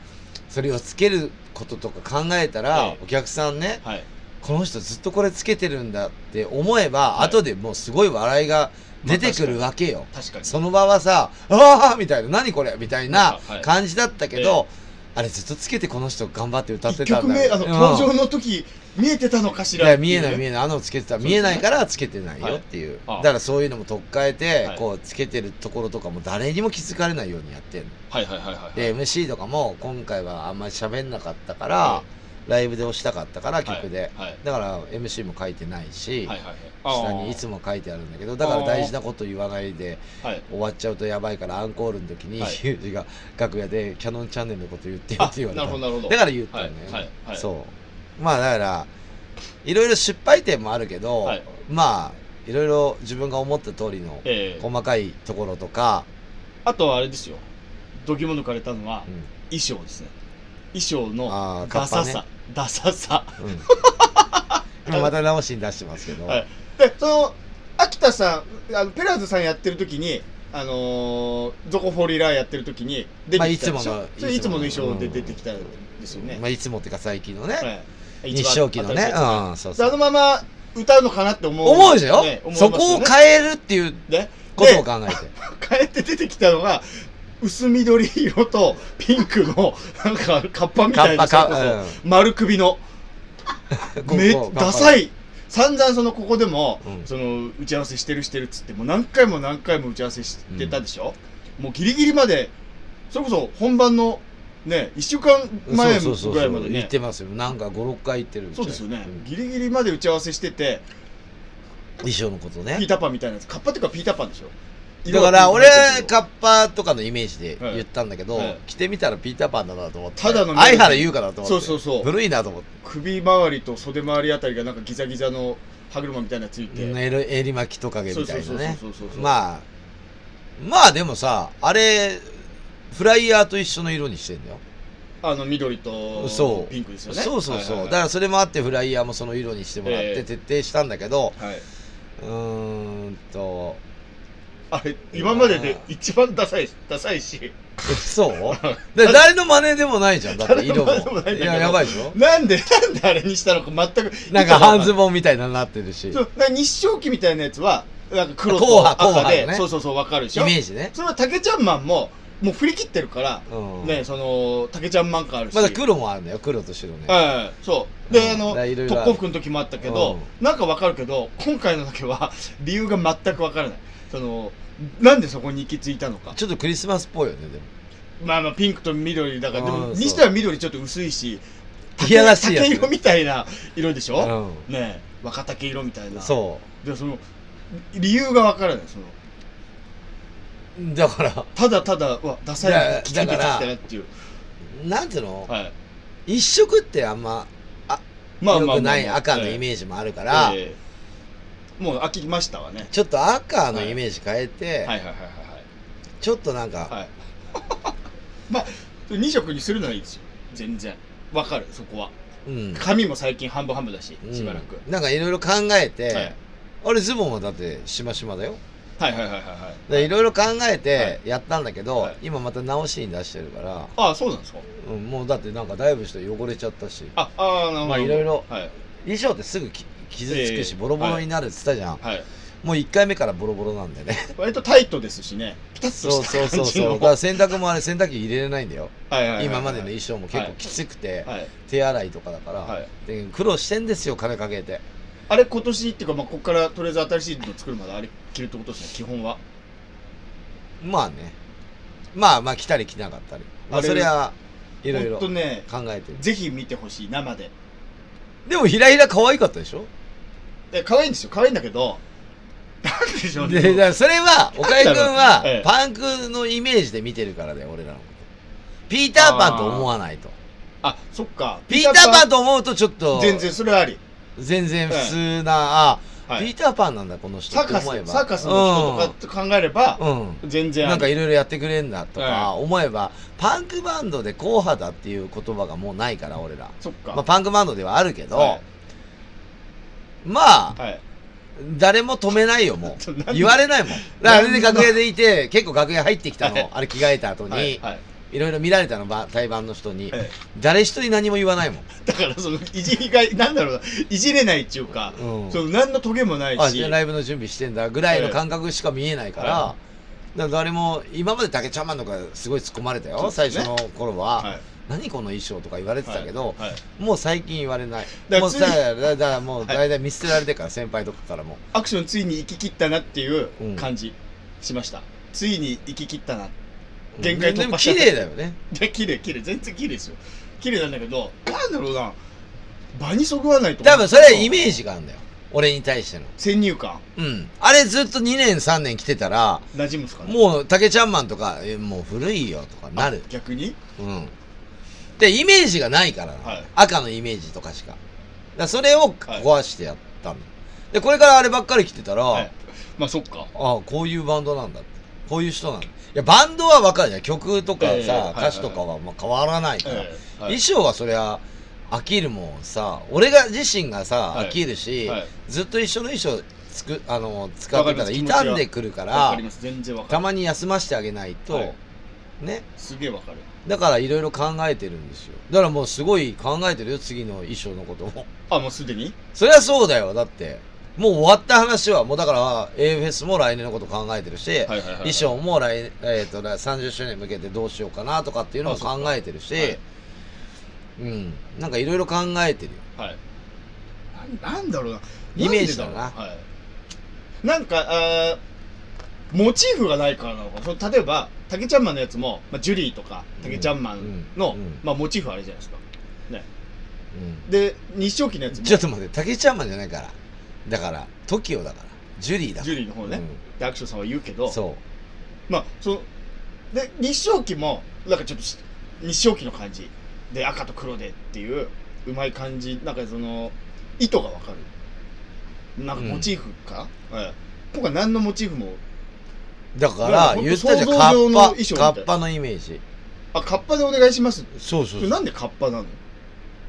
Speaker 1: それをつけることとか考えたら、
Speaker 2: はい
Speaker 1: お客さんね
Speaker 2: はい
Speaker 1: この人ずっとこれつけてるんだって思えば、
Speaker 2: はい
Speaker 1: 後でもうすごい笑いが出てくるわけよ、
Speaker 2: 確かに
Speaker 1: その場はさ「ああ!」みたいな「何これ!」みたいな
Speaker 2: はい
Speaker 1: 感じだったけど、あれずっとつけてこの人頑張って歌っ
Speaker 2: 1
Speaker 1: てた
Speaker 2: 曲
Speaker 1: んだ
Speaker 2: 目あの
Speaker 1: うん
Speaker 2: 登場の時見えてたのかし
Speaker 1: い
Speaker 2: ら
Speaker 1: や見えない見
Speaker 2: え
Speaker 1: えないあのつけてた
Speaker 2: そうですね
Speaker 1: 見えないからつけてないよっていう、
Speaker 2: はいああ
Speaker 1: だからそういうのも取っ替えて、
Speaker 2: はい
Speaker 1: こうつけてるところとかも誰にも気づかれないようにやってんの
Speaker 2: はいはいはいはい
Speaker 1: で MC とかも今回はあんまり喋んなかったから、
Speaker 2: は
Speaker 1: ライブで押したかったから
Speaker 2: はい
Speaker 1: 曲で、
Speaker 2: はい
Speaker 1: だから MC も書いてないし、
Speaker 2: はいはいはい
Speaker 1: 下にいつも書いてあるんだけどだから大事なこと言わないで
Speaker 2: あーはい
Speaker 1: 終わっちゃうとやばいからアンコールの時に、
Speaker 2: はい
Speaker 1: ユージが楽屋でキャノンチャンネルのこと言ってよ
Speaker 2: あ
Speaker 1: って言われた
Speaker 2: なるほどなるほど
Speaker 1: だから言ったよね、
Speaker 2: はいはいはい
Speaker 1: そうまあだからいろいろ失敗点もあるけど、
Speaker 2: はい
Speaker 1: まあいろいろ自分が思った通りの
Speaker 2: ええ
Speaker 1: 細かいところとか、
Speaker 2: あとはあれですよ度肝抜かれたのは
Speaker 1: うん
Speaker 2: 衣装ですね衣装
Speaker 1: あ
Speaker 2: の
Speaker 1: ーカ
Speaker 2: ダ
Speaker 1: ッパ
Speaker 2: サ
Speaker 1: ね
Speaker 2: さ、ダサさ
Speaker 1: うん 今また直しに出してますけど、
Speaker 2: はいでその秋田さんあのペラーズさんやってる時にあのー、ゾコフォリラーやってる時に出てきたでしょ、
Speaker 1: まあいつもの
Speaker 2: それいつもの
Speaker 1: い
Speaker 2: 衣
Speaker 1: つもの
Speaker 2: 装で出てきたんですよね、
Speaker 1: まあ、いつもっていうか最近のね、
Speaker 2: はい
Speaker 1: 日照期の
Speaker 2: 一
Speaker 1: ね、
Speaker 2: 番
Speaker 1: うん、そう
Speaker 2: 新しい
Speaker 1: そう
Speaker 2: やつであのまま歌うのかなって思う
Speaker 1: 思うでしょ、
Speaker 2: ね思います
Speaker 1: そ
Speaker 2: よね
Speaker 1: こを変えるっていう
Speaker 2: ね
Speaker 1: ことを考えて。
Speaker 2: 帰って出てきたのが薄緑色とピンクのなんかカッパみたいな
Speaker 1: カッ
Speaker 2: そ
Speaker 1: パカ
Speaker 2: れこそ丸首のめダサ
Speaker 1: い。
Speaker 2: い散々そのここでも、
Speaker 1: うん
Speaker 2: その打ち合わせしてるしてるっつってもう何回も何回も打ち合わせしてたでしょ、もうギリギリまでそれこそ本番のね1週間前
Speaker 1: そうそうそ
Speaker 2: ぐら
Speaker 1: う
Speaker 2: いまで
Speaker 1: 行っ
Speaker 2: ね
Speaker 1: てますよ。なんか5、6回行ってるみた
Speaker 2: そ
Speaker 1: いうな
Speaker 2: ですよね、
Speaker 1: ん
Speaker 2: ギリギリまで打ち合わせしてて
Speaker 1: 衣装のことね
Speaker 2: ピー。ターパンみたいなやつカッパっていうかピーターパンでしょ
Speaker 1: だから俺カ
Speaker 2: カ
Speaker 1: ッパとかのイメージで言ったんだけど、
Speaker 2: はいはい
Speaker 1: 着てみたらピーターパンだなと思って
Speaker 2: ただのね
Speaker 1: 相原優香だと思って
Speaker 2: そうそうそう
Speaker 1: 古いなと思って
Speaker 2: 首周りと袖周りあたりがなんかギザギザの歯車みたいなのついて、
Speaker 1: エル襟巻きトカゲみたいなね
Speaker 2: そうそうそうそうそうそう
Speaker 1: まあまあでもさあれフライヤーと一緒の色にしてんだよ
Speaker 2: あの緑と
Speaker 1: そう
Speaker 2: ピンクですよね
Speaker 1: そうそうそう、
Speaker 2: はいはい
Speaker 1: だか
Speaker 2: は
Speaker 1: らそれもあってフライヤーもその色にしてもらっ
Speaker 2: ええ
Speaker 1: て徹底したんだけど、
Speaker 2: いはい、
Speaker 1: うーんと
Speaker 2: あれ今までで一番ダサいダサいし
Speaker 1: そうで誰の真似でもないじゃんだって色も
Speaker 2: 誰の真似でもないんだ
Speaker 1: い
Speaker 2: けど
Speaker 1: ややばいでしょ
Speaker 2: なんでなんであれにしたのか全く
Speaker 1: なんか半ズ
Speaker 2: ボ
Speaker 1: ボンみたいなのになってるしイメ
Speaker 2: そうなんか日照旗みたいなやつはなんか黒
Speaker 1: 紅
Speaker 2: と
Speaker 1: 白紅
Speaker 2: 赤で、
Speaker 1: 白ね
Speaker 2: そうそうそうわかるでしょ
Speaker 1: ージね
Speaker 2: それは竹ちゃんマンももう振り切ってるから、
Speaker 1: うん
Speaker 2: ねその竹ちゃんマン感あるし
Speaker 1: まだ黒もあるんだよ黒と白ね
Speaker 2: ええそうで、
Speaker 1: うん
Speaker 2: あの
Speaker 1: だからいろいろあ
Speaker 2: 特
Speaker 1: る
Speaker 2: 攻服の時もあったけど、なんかわかるけど今回のだけは理由が全くわからないそのなんでそこに行き着いたのか
Speaker 1: ちょっとクリスマスっぽいよねでも
Speaker 2: まあまあピンクと緑だからで
Speaker 1: う
Speaker 2: も
Speaker 1: ん
Speaker 2: にしては緑ちょっと薄いし
Speaker 1: いやらしいやつ
Speaker 2: 竹色みたいな色でしょ、
Speaker 1: う
Speaker 2: ねえ若竹色みたいなん
Speaker 1: そ
Speaker 2: でその理由がわからないその
Speaker 1: うだから
Speaker 2: ただただうわダサい
Speaker 1: いや
Speaker 2: な着てきた
Speaker 1: だから
Speaker 2: 着てきたなっていう
Speaker 1: なんていうの、
Speaker 2: はい
Speaker 1: 一色ってあんま
Speaker 2: まあ
Speaker 1: 良
Speaker 2: まあ
Speaker 1: くない赤のイ
Speaker 2: ージ
Speaker 1: メージもあるから、
Speaker 2: もう飽きましたわね
Speaker 1: ちょっと赤のイメージ変えて、
Speaker 2: はいはいはいはいはい
Speaker 1: ちょっとなんか、
Speaker 2: はい。 まあ、2色にするのはいいですよ。全然。わかる、そこは。
Speaker 1: うん
Speaker 2: 髪も最近半分半分だし、しばらく。
Speaker 1: うんなんかいろいろ考えて、
Speaker 2: はい
Speaker 1: あれズボンはだってしましまだよ
Speaker 2: はいはいはいはいはい。
Speaker 1: でいろいろ考えてやったんだけど、
Speaker 2: はい
Speaker 1: 今また直しに出してるから、
Speaker 2: ああ、そうなんですか。
Speaker 1: うん、もうだってなんかだいぶして汚れちゃったし
Speaker 2: あ、ああ、なるほど。
Speaker 1: まあいろいろ
Speaker 2: はい。
Speaker 1: 衣装ってすぐき傷つくし、
Speaker 2: ええ
Speaker 1: ボロボロになるって言ったじゃん、
Speaker 2: はい。
Speaker 1: もう1回目からボロボロなんだよ ね
Speaker 2: 割とタイトですしね。ピタッと
Speaker 1: そうそう
Speaker 2: した
Speaker 1: そ
Speaker 2: 感
Speaker 1: う
Speaker 2: じ
Speaker 1: そう
Speaker 2: の。
Speaker 1: だから洗濯もあれ洗濯機入れれないんだよ
Speaker 2: はいはいはいはい
Speaker 1: 今までの衣装も結構きつくて、
Speaker 2: はい。
Speaker 1: 手洗いとかだから、
Speaker 2: はい
Speaker 1: で苦労してんですよ金かけて
Speaker 2: あれ今年っていうか、まあ、ここからとりあえず新しいの作るまであれ着るってことですね、基本は。
Speaker 1: まあねまあまあ来たり来なかったり、まあ、
Speaker 2: あれ
Speaker 1: それはいろいろ
Speaker 2: ほ
Speaker 1: 考
Speaker 2: んとね、
Speaker 1: えてる
Speaker 2: ぜひ見てほしい、生で。
Speaker 1: でもひらひら可愛かったでしょ
Speaker 2: え可愛いんですよ、可愛いんだけど、なんでしょう
Speaker 1: でだか
Speaker 2: ね。
Speaker 1: らそれ は岡井君は
Speaker 2: ええ
Speaker 1: パンクのイメージで見てるからだよ俺らのことピーターパンと思わないと
Speaker 2: あ、そっか。
Speaker 1: ピーターパン
Speaker 2: と。
Speaker 1: と思うとちょっと
Speaker 2: 全然それはあり。
Speaker 1: 全然普通な、あ、
Speaker 2: はい
Speaker 1: ピーターパンなんだこの人
Speaker 2: サ
Speaker 1: って
Speaker 2: ーカス
Speaker 1: 思えば
Speaker 2: サーカスの人とかって考えれば、
Speaker 1: うん、うん
Speaker 2: 全然
Speaker 1: なんか
Speaker 2: あ
Speaker 1: いろいろやってくれんだとか
Speaker 2: う
Speaker 1: 思えば、パンクバンドで硬派だっていう言葉がもうないから俺ら、
Speaker 2: りそっか、
Speaker 1: まあ、パンクバンドではあるけど、
Speaker 2: は
Speaker 1: まあ
Speaker 2: い、はい、
Speaker 1: 誰も止めないよも
Speaker 2: ちょなん
Speaker 1: う
Speaker 2: で
Speaker 1: 言われないもんだからあれで楽屋でいて結構楽屋入ってきた
Speaker 2: はい
Speaker 1: のあれ着替えた後
Speaker 2: はい
Speaker 1: に
Speaker 2: はい
Speaker 1: いろいろ見られたのば対バンの人に
Speaker 2: え
Speaker 1: 誰一人何も言わないもん
Speaker 2: だからそのいじりがなんだろうないじれないっていうか、
Speaker 1: うん
Speaker 2: その何のトゲもない
Speaker 1: あ
Speaker 2: し
Speaker 1: じゃあライブの準備してんだぐらいの感覚しか見えないから、
Speaker 2: は
Speaker 1: だから誰も今まで竹ちゃんマンとかすごい突っ込まれたよ、
Speaker 2: そうです
Speaker 1: 最
Speaker 2: ね
Speaker 1: 初の頃は、
Speaker 2: はい
Speaker 1: 何この衣装とか言われてたけど、
Speaker 2: はいはい
Speaker 1: もう最近言われない
Speaker 2: だ
Speaker 1: も
Speaker 2: から
Speaker 1: う
Speaker 2: つい
Speaker 1: さだだからもう大体見捨てられてから先輩とかからも
Speaker 2: アクションついに行き切ったなっていう
Speaker 1: うん
Speaker 2: 感じしました、ついに行き切ったな
Speaker 1: うん
Speaker 2: 限界突破
Speaker 1: でも綺麗だよね
Speaker 2: で綺麗綺麗全然綺麗ですよ綺麗なんだけどなんだろうな場にそぐわないと思う
Speaker 1: 多分それはイメージがあるんだよ俺に対しての
Speaker 2: 先入観
Speaker 1: うんあれずっと2年3年着てたら
Speaker 2: 馴染むんですかね
Speaker 1: もう竹ちゃんマンとかえもう古いよとかなる
Speaker 2: あ逆に
Speaker 1: うん。で、イメージがないからな、
Speaker 2: はい
Speaker 1: 赤のイメージとかしか。だからそれを
Speaker 2: はい
Speaker 1: 壊してやったの。で、これからあればっかり着てたら、
Speaker 2: はいまあそっか
Speaker 1: ああ、こういうバンドなんだって。こういう人なんだ。いや、バンドはわかるじゃん。曲とかさ、
Speaker 2: ええはい
Speaker 1: 歌詞とかはまあ変わらないから。
Speaker 2: ええは
Speaker 1: 衣
Speaker 2: い
Speaker 1: 装はそりゃ、飽きるもんさ、俺が自身がさ、
Speaker 2: はい
Speaker 1: 飽きるし、
Speaker 2: はい
Speaker 1: ずっと一緒の衣装つくあの使ってたら傷んでくるか
Speaker 2: わからり、ます全然わか
Speaker 1: た
Speaker 2: る
Speaker 1: まに休ませてあげないと、
Speaker 2: はい
Speaker 1: ね。
Speaker 2: すげえわかる
Speaker 1: だからいろいろ考えてるんですよ。だからもうすごい考えてるよ、次の衣装のことも。
Speaker 2: あもうすでに
Speaker 1: そりゃそうだよ、だって。もう終わった話は、もうだから、A フェスも来年のこと考えてるし、
Speaker 2: はいはいはいはい
Speaker 1: 衣装も来、えー、と来30周年に向けてどうしようかなとかっていうのも
Speaker 2: あそっか
Speaker 1: 考えてるし、
Speaker 2: はい
Speaker 1: うん、なんかいろいろ考えてるよ。
Speaker 2: はい。ななんだろうな。
Speaker 1: イメージだなん
Speaker 2: でろうはい。なんか、あーモチーフがないからなのかなその。例えば、竹ちゃんマンのやつも、まあ、ジュリーとか、竹ちゃんマンの、
Speaker 1: うんうん
Speaker 2: まあ、モチーフあれじゃないですか。ね。
Speaker 1: うん
Speaker 2: で、日照期のやつも、
Speaker 1: ちょっと待って、竹ちゃんマンじゃないから。だから、TOKIO だから。ジュリーだか
Speaker 2: ジ
Speaker 1: ら。
Speaker 2: ュリーの方ね、
Speaker 1: うん
Speaker 2: で、アクションさんは言うけど、
Speaker 1: そう。
Speaker 2: まあ、その、で、日照期も、なんかちょっとし、日照期の感じ。で、赤と黒でっていう、うまい感じ。なんかその、意図がわかる。なんかモチーフか、はい。僕は何のモチーフも
Speaker 1: だか
Speaker 2: いや
Speaker 1: ら、
Speaker 2: ほんと
Speaker 1: 言ったじゃん、
Speaker 2: 想像
Speaker 1: カ
Speaker 2: 上
Speaker 1: ッ
Speaker 2: の
Speaker 1: パ、
Speaker 2: 衣装みた
Speaker 1: カ
Speaker 2: い
Speaker 1: ッパのイメージ。
Speaker 2: あ、カッパでお願いします。
Speaker 1: そうそ
Speaker 2: そうれ
Speaker 1: そ
Speaker 2: な
Speaker 1: うん
Speaker 2: でカッパなの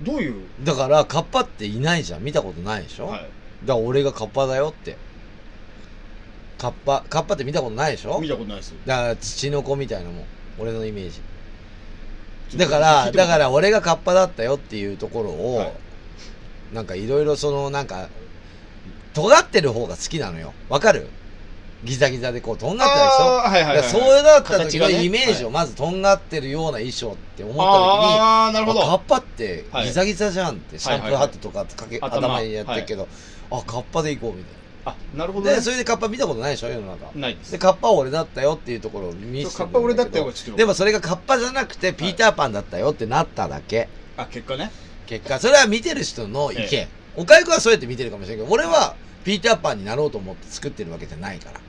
Speaker 2: どういう、
Speaker 1: だから、カッパっていないじゃん。見たことないでしょ、
Speaker 2: は
Speaker 1: だか
Speaker 2: い、
Speaker 1: ら、俺がカッパだよって。カッパ、カッパって見たことないでしょ
Speaker 2: 見たことないですよ。
Speaker 1: だから、土の子みたいなもん。俺のイメージ。
Speaker 2: ちょっ
Speaker 1: だ
Speaker 2: と
Speaker 1: から、だか、
Speaker 2: 聞いて
Speaker 1: ら俺がカッパだったよっていうところを、
Speaker 2: はい
Speaker 1: なんかいろいろその、なんか、尖ってる方が好きなのよ。わかるギザギザでこう、とん
Speaker 2: も
Speaker 1: が
Speaker 2: ら
Speaker 1: ってるでしょ
Speaker 2: あーはいはい
Speaker 1: だから
Speaker 2: はいはい。
Speaker 1: そうなった時の
Speaker 2: 形がね
Speaker 1: イメージを
Speaker 2: はい
Speaker 1: まずとんがってるような衣装って思った時に、
Speaker 2: あー、なるほど。
Speaker 1: あカッパってギザギザじゃんって、シャンプー
Speaker 2: はいはい
Speaker 1: ハ
Speaker 2: は
Speaker 1: ッ
Speaker 2: い
Speaker 1: トとかかけ、
Speaker 2: 頭
Speaker 1: 頭にやってるけど、あ、カッパで行こうみたい
Speaker 2: あ、なるほど、
Speaker 1: な。
Speaker 2: ね
Speaker 1: で、。それでカッパ見たことないでしょ、世の中。
Speaker 2: ないです
Speaker 1: で、。カッパは俺だったよっていうところを見せて
Speaker 2: そうカッパ俺だったよがちょっとよく
Speaker 1: でもそれがカッパじゃなくて、ピーターパンだったよってなっただけ。
Speaker 2: あ、結果ね。
Speaker 1: 結果、それは見てる人の意見。
Speaker 2: ええ
Speaker 1: おかゆくんはそうやって見てるかもしれないけど、俺はピーターパンになろうと思って作ってるわけじゃないから。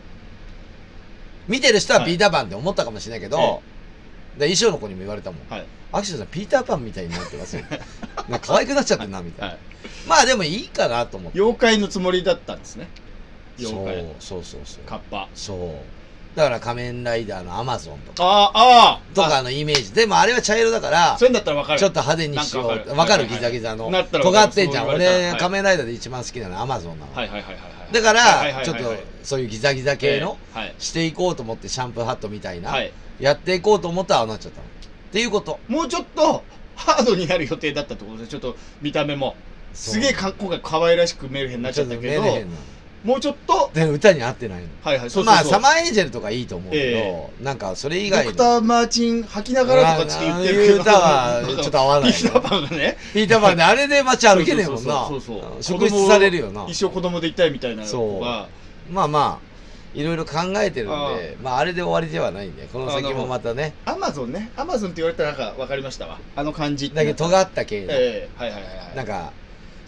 Speaker 1: 見てる人は
Speaker 2: はい
Speaker 1: ピーターパンって思ったかもしれないけど、
Speaker 2: え
Speaker 1: で衣装の子にも言われたもん。
Speaker 2: はい。
Speaker 1: アキショさん、ピーターパンみたいになってますよ。 なんか可愛くなっちゃってんな、みたいな。
Speaker 2: はい。
Speaker 1: まあでもいいかなと思って。
Speaker 2: 妖怪のつもりだったんですね。
Speaker 1: そう
Speaker 2: 妖怪。
Speaker 1: そうそうそう。
Speaker 2: カッパ。
Speaker 1: そう。だから仮面ライダーのアマゾンとか、
Speaker 2: あー、あー。
Speaker 1: とかのイメージ。でもあれは茶色だから
Speaker 2: あ。そ、れだったらわかる。
Speaker 1: ちょっと派手にしよ
Speaker 2: なんか
Speaker 1: う。わ
Speaker 2: わ
Speaker 1: か
Speaker 2: か
Speaker 1: る
Speaker 2: る
Speaker 1: ギザギザの。
Speaker 2: なったらわ
Speaker 1: 尖
Speaker 2: かる
Speaker 1: ってんじゃん。
Speaker 2: そう言われた
Speaker 1: 俺
Speaker 2: ら、はい
Speaker 1: 仮面ライダーで一番好きなのはアマゾンなの。
Speaker 2: はいはいはいはいはい。
Speaker 1: だか
Speaker 2: はいは
Speaker 1: ら、
Speaker 2: い
Speaker 1: ちょ
Speaker 2: は
Speaker 1: っ
Speaker 2: い
Speaker 1: と
Speaker 2: はい
Speaker 1: そういうギザギザ系の、
Speaker 2: えーはい。
Speaker 1: していこうと思ってシャンプーハットみたいな、
Speaker 2: はい
Speaker 1: やっていこうと思ったらああなっちゃったの。っていうこと。
Speaker 2: もうちょっと、ハードになる予定だったってことで、ちょっと見た目も。
Speaker 1: そう
Speaker 2: すげえか今回可愛らしくメルヘンになっちゃったけ
Speaker 1: ちょ
Speaker 2: ど
Speaker 1: っと、メルヘンな
Speaker 2: もうちょっと、
Speaker 1: で、歌に合ってないの。
Speaker 2: はいはい、そうそうそう。
Speaker 1: まあ、サマーエンジェルとかいいと思うけど、
Speaker 2: え
Speaker 1: なんかそれ以
Speaker 2: ド
Speaker 1: 外
Speaker 2: クタ
Speaker 1: の。
Speaker 2: ー・マーチン吐きながらとかちょっと言ってるけど。
Speaker 1: ああいう歌はちょっと合わない
Speaker 2: ピーターパンがね。
Speaker 1: ピーターパンであれで街歩けねえもんな
Speaker 2: そうそうそうそう。
Speaker 1: 職質されるよな
Speaker 2: 子供を一生子供でいたいみたいな子が。
Speaker 1: まあまあいろいろ考えてるん
Speaker 2: あ
Speaker 1: でまああれで終わりではないんでこの先もまたね
Speaker 2: アマゾンね。アマゾンって言われたらなんかわかりましたわ。あの感じって
Speaker 1: だけど尖った系の、
Speaker 2: ええはいはいはいはい。
Speaker 1: なん
Speaker 2: か
Speaker 1: か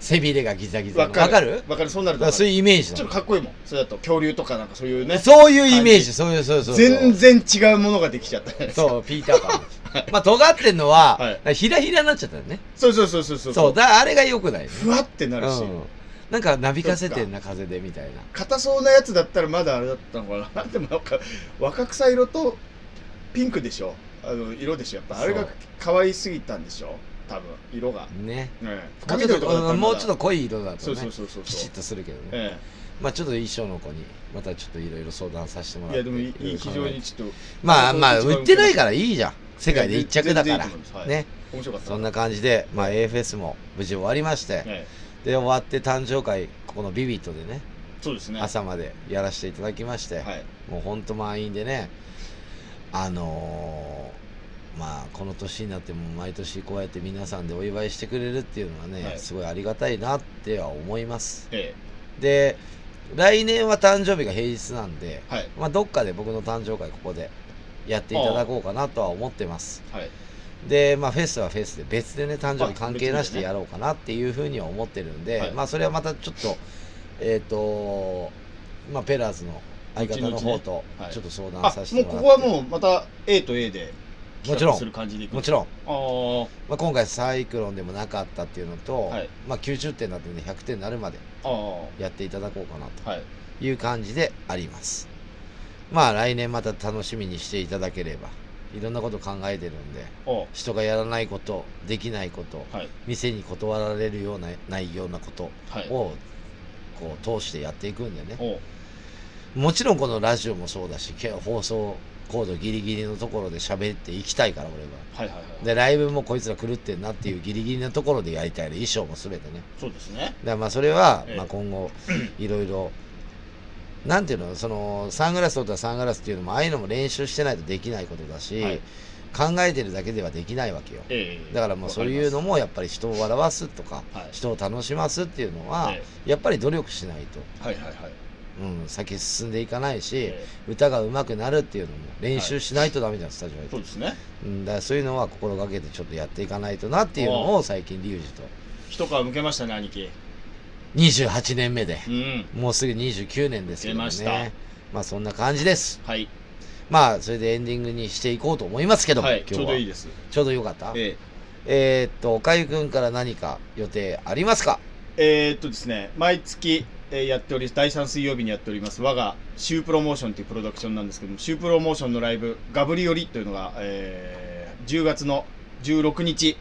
Speaker 1: 背びれがギザギザのわかる
Speaker 2: わかる、そう
Speaker 1: だ
Speaker 2: な
Speaker 1: か
Speaker 2: ると
Speaker 1: ら
Speaker 2: わ
Speaker 1: そ
Speaker 2: か
Speaker 1: う
Speaker 2: る。
Speaker 1: いうイメージ
Speaker 2: ち
Speaker 1: な
Speaker 2: ょっ
Speaker 1: の
Speaker 2: とかっこいいもん。それだと恐竜とかなんかそういうね。
Speaker 1: そういうイメージそういうそういうそうそう
Speaker 2: 全然違うものができちゃった。
Speaker 1: そうピーターパンまあ尖ってんのは、
Speaker 2: はい
Speaker 1: なんかひらひらになっちゃったよね
Speaker 2: そうそうそうそうそ。
Speaker 1: そううだからあれがよくないね
Speaker 2: ふわってなるし。
Speaker 1: うん、なんかなびかせてんな風でみたいな
Speaker 2: 硬そうなやつだったらまだあれだったのかな でもなんか若草色とピンクでしょあの色でしょやっぱあれ
Speaker 1: そ
Speaker 2: が
Speaker 1: う
Speaker 2: 可愛すぎたんでしょ多分色が、
Speaker 1: ね
Speaker 2: ええ
Speaker 1: もうちょっとうんもうちょっと濃い色だと
Speaker 2: そう
Speaker 1: ね
Speaker 2: そうそうそう
Speaker 1: きちっとするけどね、
Speaker 2: え
Speaker 1: まあちょっと衣装の子にまたちょっといろいろ相談させてもらっ
Speaker 2: えい
Speaker 1: て
Speaker 2: やでもいい
Speaker 1: ろろ考
Speaker 2: 非
Speaker 1: え
Speaker 2: 常にちょっと
Speaker 1: まあまあ
Speaker 2: 一番
Speaker 1: 売ってないからいいじゃん世界で一着だか
Speaker 2: いや
Speaker 1: ら
Speaker 2: 全然いいと思いますはい
Speaker 1: ね
Speaker 2: 面白かった
Speaker 1: そんな感じでまあ AFS も無事終わりまして
Speaker 2: ええ
Speaker 1: で終わって誕生会ここのビビットでね
Speaker 2: そうですね
Speaker 1: 朝までやらせていただきまして
Speaker 2: はい
Speaker 1: もうほんと満員でねあのーまあこの年になっても毎年こうやって皆さんでお祝いしてくれるっていうのは
Speaker 2: は
Speaker 1: ね
Speaker 2: い
Speaker 1: すごいありがたいなっては思います
Speaker 2: え
Speaker 1: で来年は誕生日が平日なんで
Speaker 2: えはい
Speaker 1: まあ、どっかで僕の誕生会ここでやっていただこうかなとは思ってます。
Speaker 2: はい
Speaker 1: で、まあ、フェスはフェスで別でね、誕生日
Speaker 2: あ
Speaker 1: 関係なし
Speaker 2: 別
Speaker 1: で
Speaker 2: でね
Speaker 1: やろうかなっていうふうには思ってるんで、
Speaker 2: はい
Speaker 1: まあ、それはまたちょっと、えっ、と、まあ、ペラーズの相方の方と
Speaker 2: 々ねはい
Speaker 1: ちょっと相談
Speaker 2: あ
Speaker 1: させ
Speaker 2: も
Speaker 1: て
Speaker 2: う
Speaker 1: も
Speaker 2: こ
Speaker 1: らって、
Speaker 2: こはもうまた A と A で
Speaker 1: もちろん
Speaker 2: する感じでいく
Speaker 1: もちろん、
Speaker 2: ろんあ
Speaker 1: まあ、今回サイクロンでもなかったっていうのと、
Speaker 2: はい
Speaker 1: まあ、90点だったんで100点になるまで
Speaker 2: ああ
Speaker 1: やっていただこうかなと。
Speaker 2: あはい
Speaker 1: いう感じであります。まあ来年また楽しみにしていただければ、いろんなこと考えてるんで、
Speaker 2: ああ
Speaker 1: 人がやらないこと、できないこと、
Speaker 2: はい
Speaker 1: 店に断られるようなないようなこと
Speaker 2: はい
Speaker 1: を、こう通してやっていくんでね。
Speaker 2: お
Speaker 1: もちろんこのラジオもそうだし、け放送コードギリギリのところで喋っていきたいから俺は
Speaker 2: はいはいはい
Speaker 1: でライブもこいつら狂ってんなっていうギリギリのところでやりたいの衣装も全てね
Speaker 2: そうですね
Speaker 1: だからまあそれは、
Speaker 2: ええ
Speaker 1: まあ、今後いろいろなんていうのそのサングラス取ったらサングラスっていうのもああいうのも練習してないとできないことだし、
Speaker 2: はい
Speaker 1: 考えてるだけではできないわけよ
Speaker 2: ええ
Speaker 1: だからもうそういうの
Speaker 2: も
Speaker 1: もやっぱり人を笑わすとか、
Speaker 2: はい
Speaker 1: 人を楽しますっていうのは、
Speaker 2: え
Speaker 1: やっぱり努力しないと、
Speaker 2: はいはいはい
Speaker 1: うん、先進んでいかないし、
Speaker 2: え
Speaker 1: 歌が上手くなるっていうのも練習しないとダメじゃん、スタジオ
Speaker 2: そう
Speaker 1: で、
Speaker 2: ですね
Speaker 1: うん、だからそういうのは心がけてちょっとやっていかないとなっていうのを最近リュウジと
Speaker 2: 一皮むけましたね兄貴
Speaker 1: 28年目で
Speaker 2: うん
Speaker 1: もうすぐ29年ですけど
Speaker 2: 出ました
Speaker 1: ねまあそんな感じです
Speaker 2: はい
Speaker 1: まあそれでエンディングにしていこうと思いますけども、
Speaker 2: はい
Speaker 1: 今日
Speaker 2: ち
Speaker 1: は
Speaker 2: ょうどいいです
Speaker 1: ちょうどよかったえ
Speaker 2: え
Speaker 1: ーっとおかゆくんから何か予定ありますか
Speaker 2: ええーっとですね毎月えーやっており第3水曜日にやっております我がシュープロモーションというプロダクションなんですけどもシュープロモーションのライブ「ガブリオリ」というのが、えー10月の16日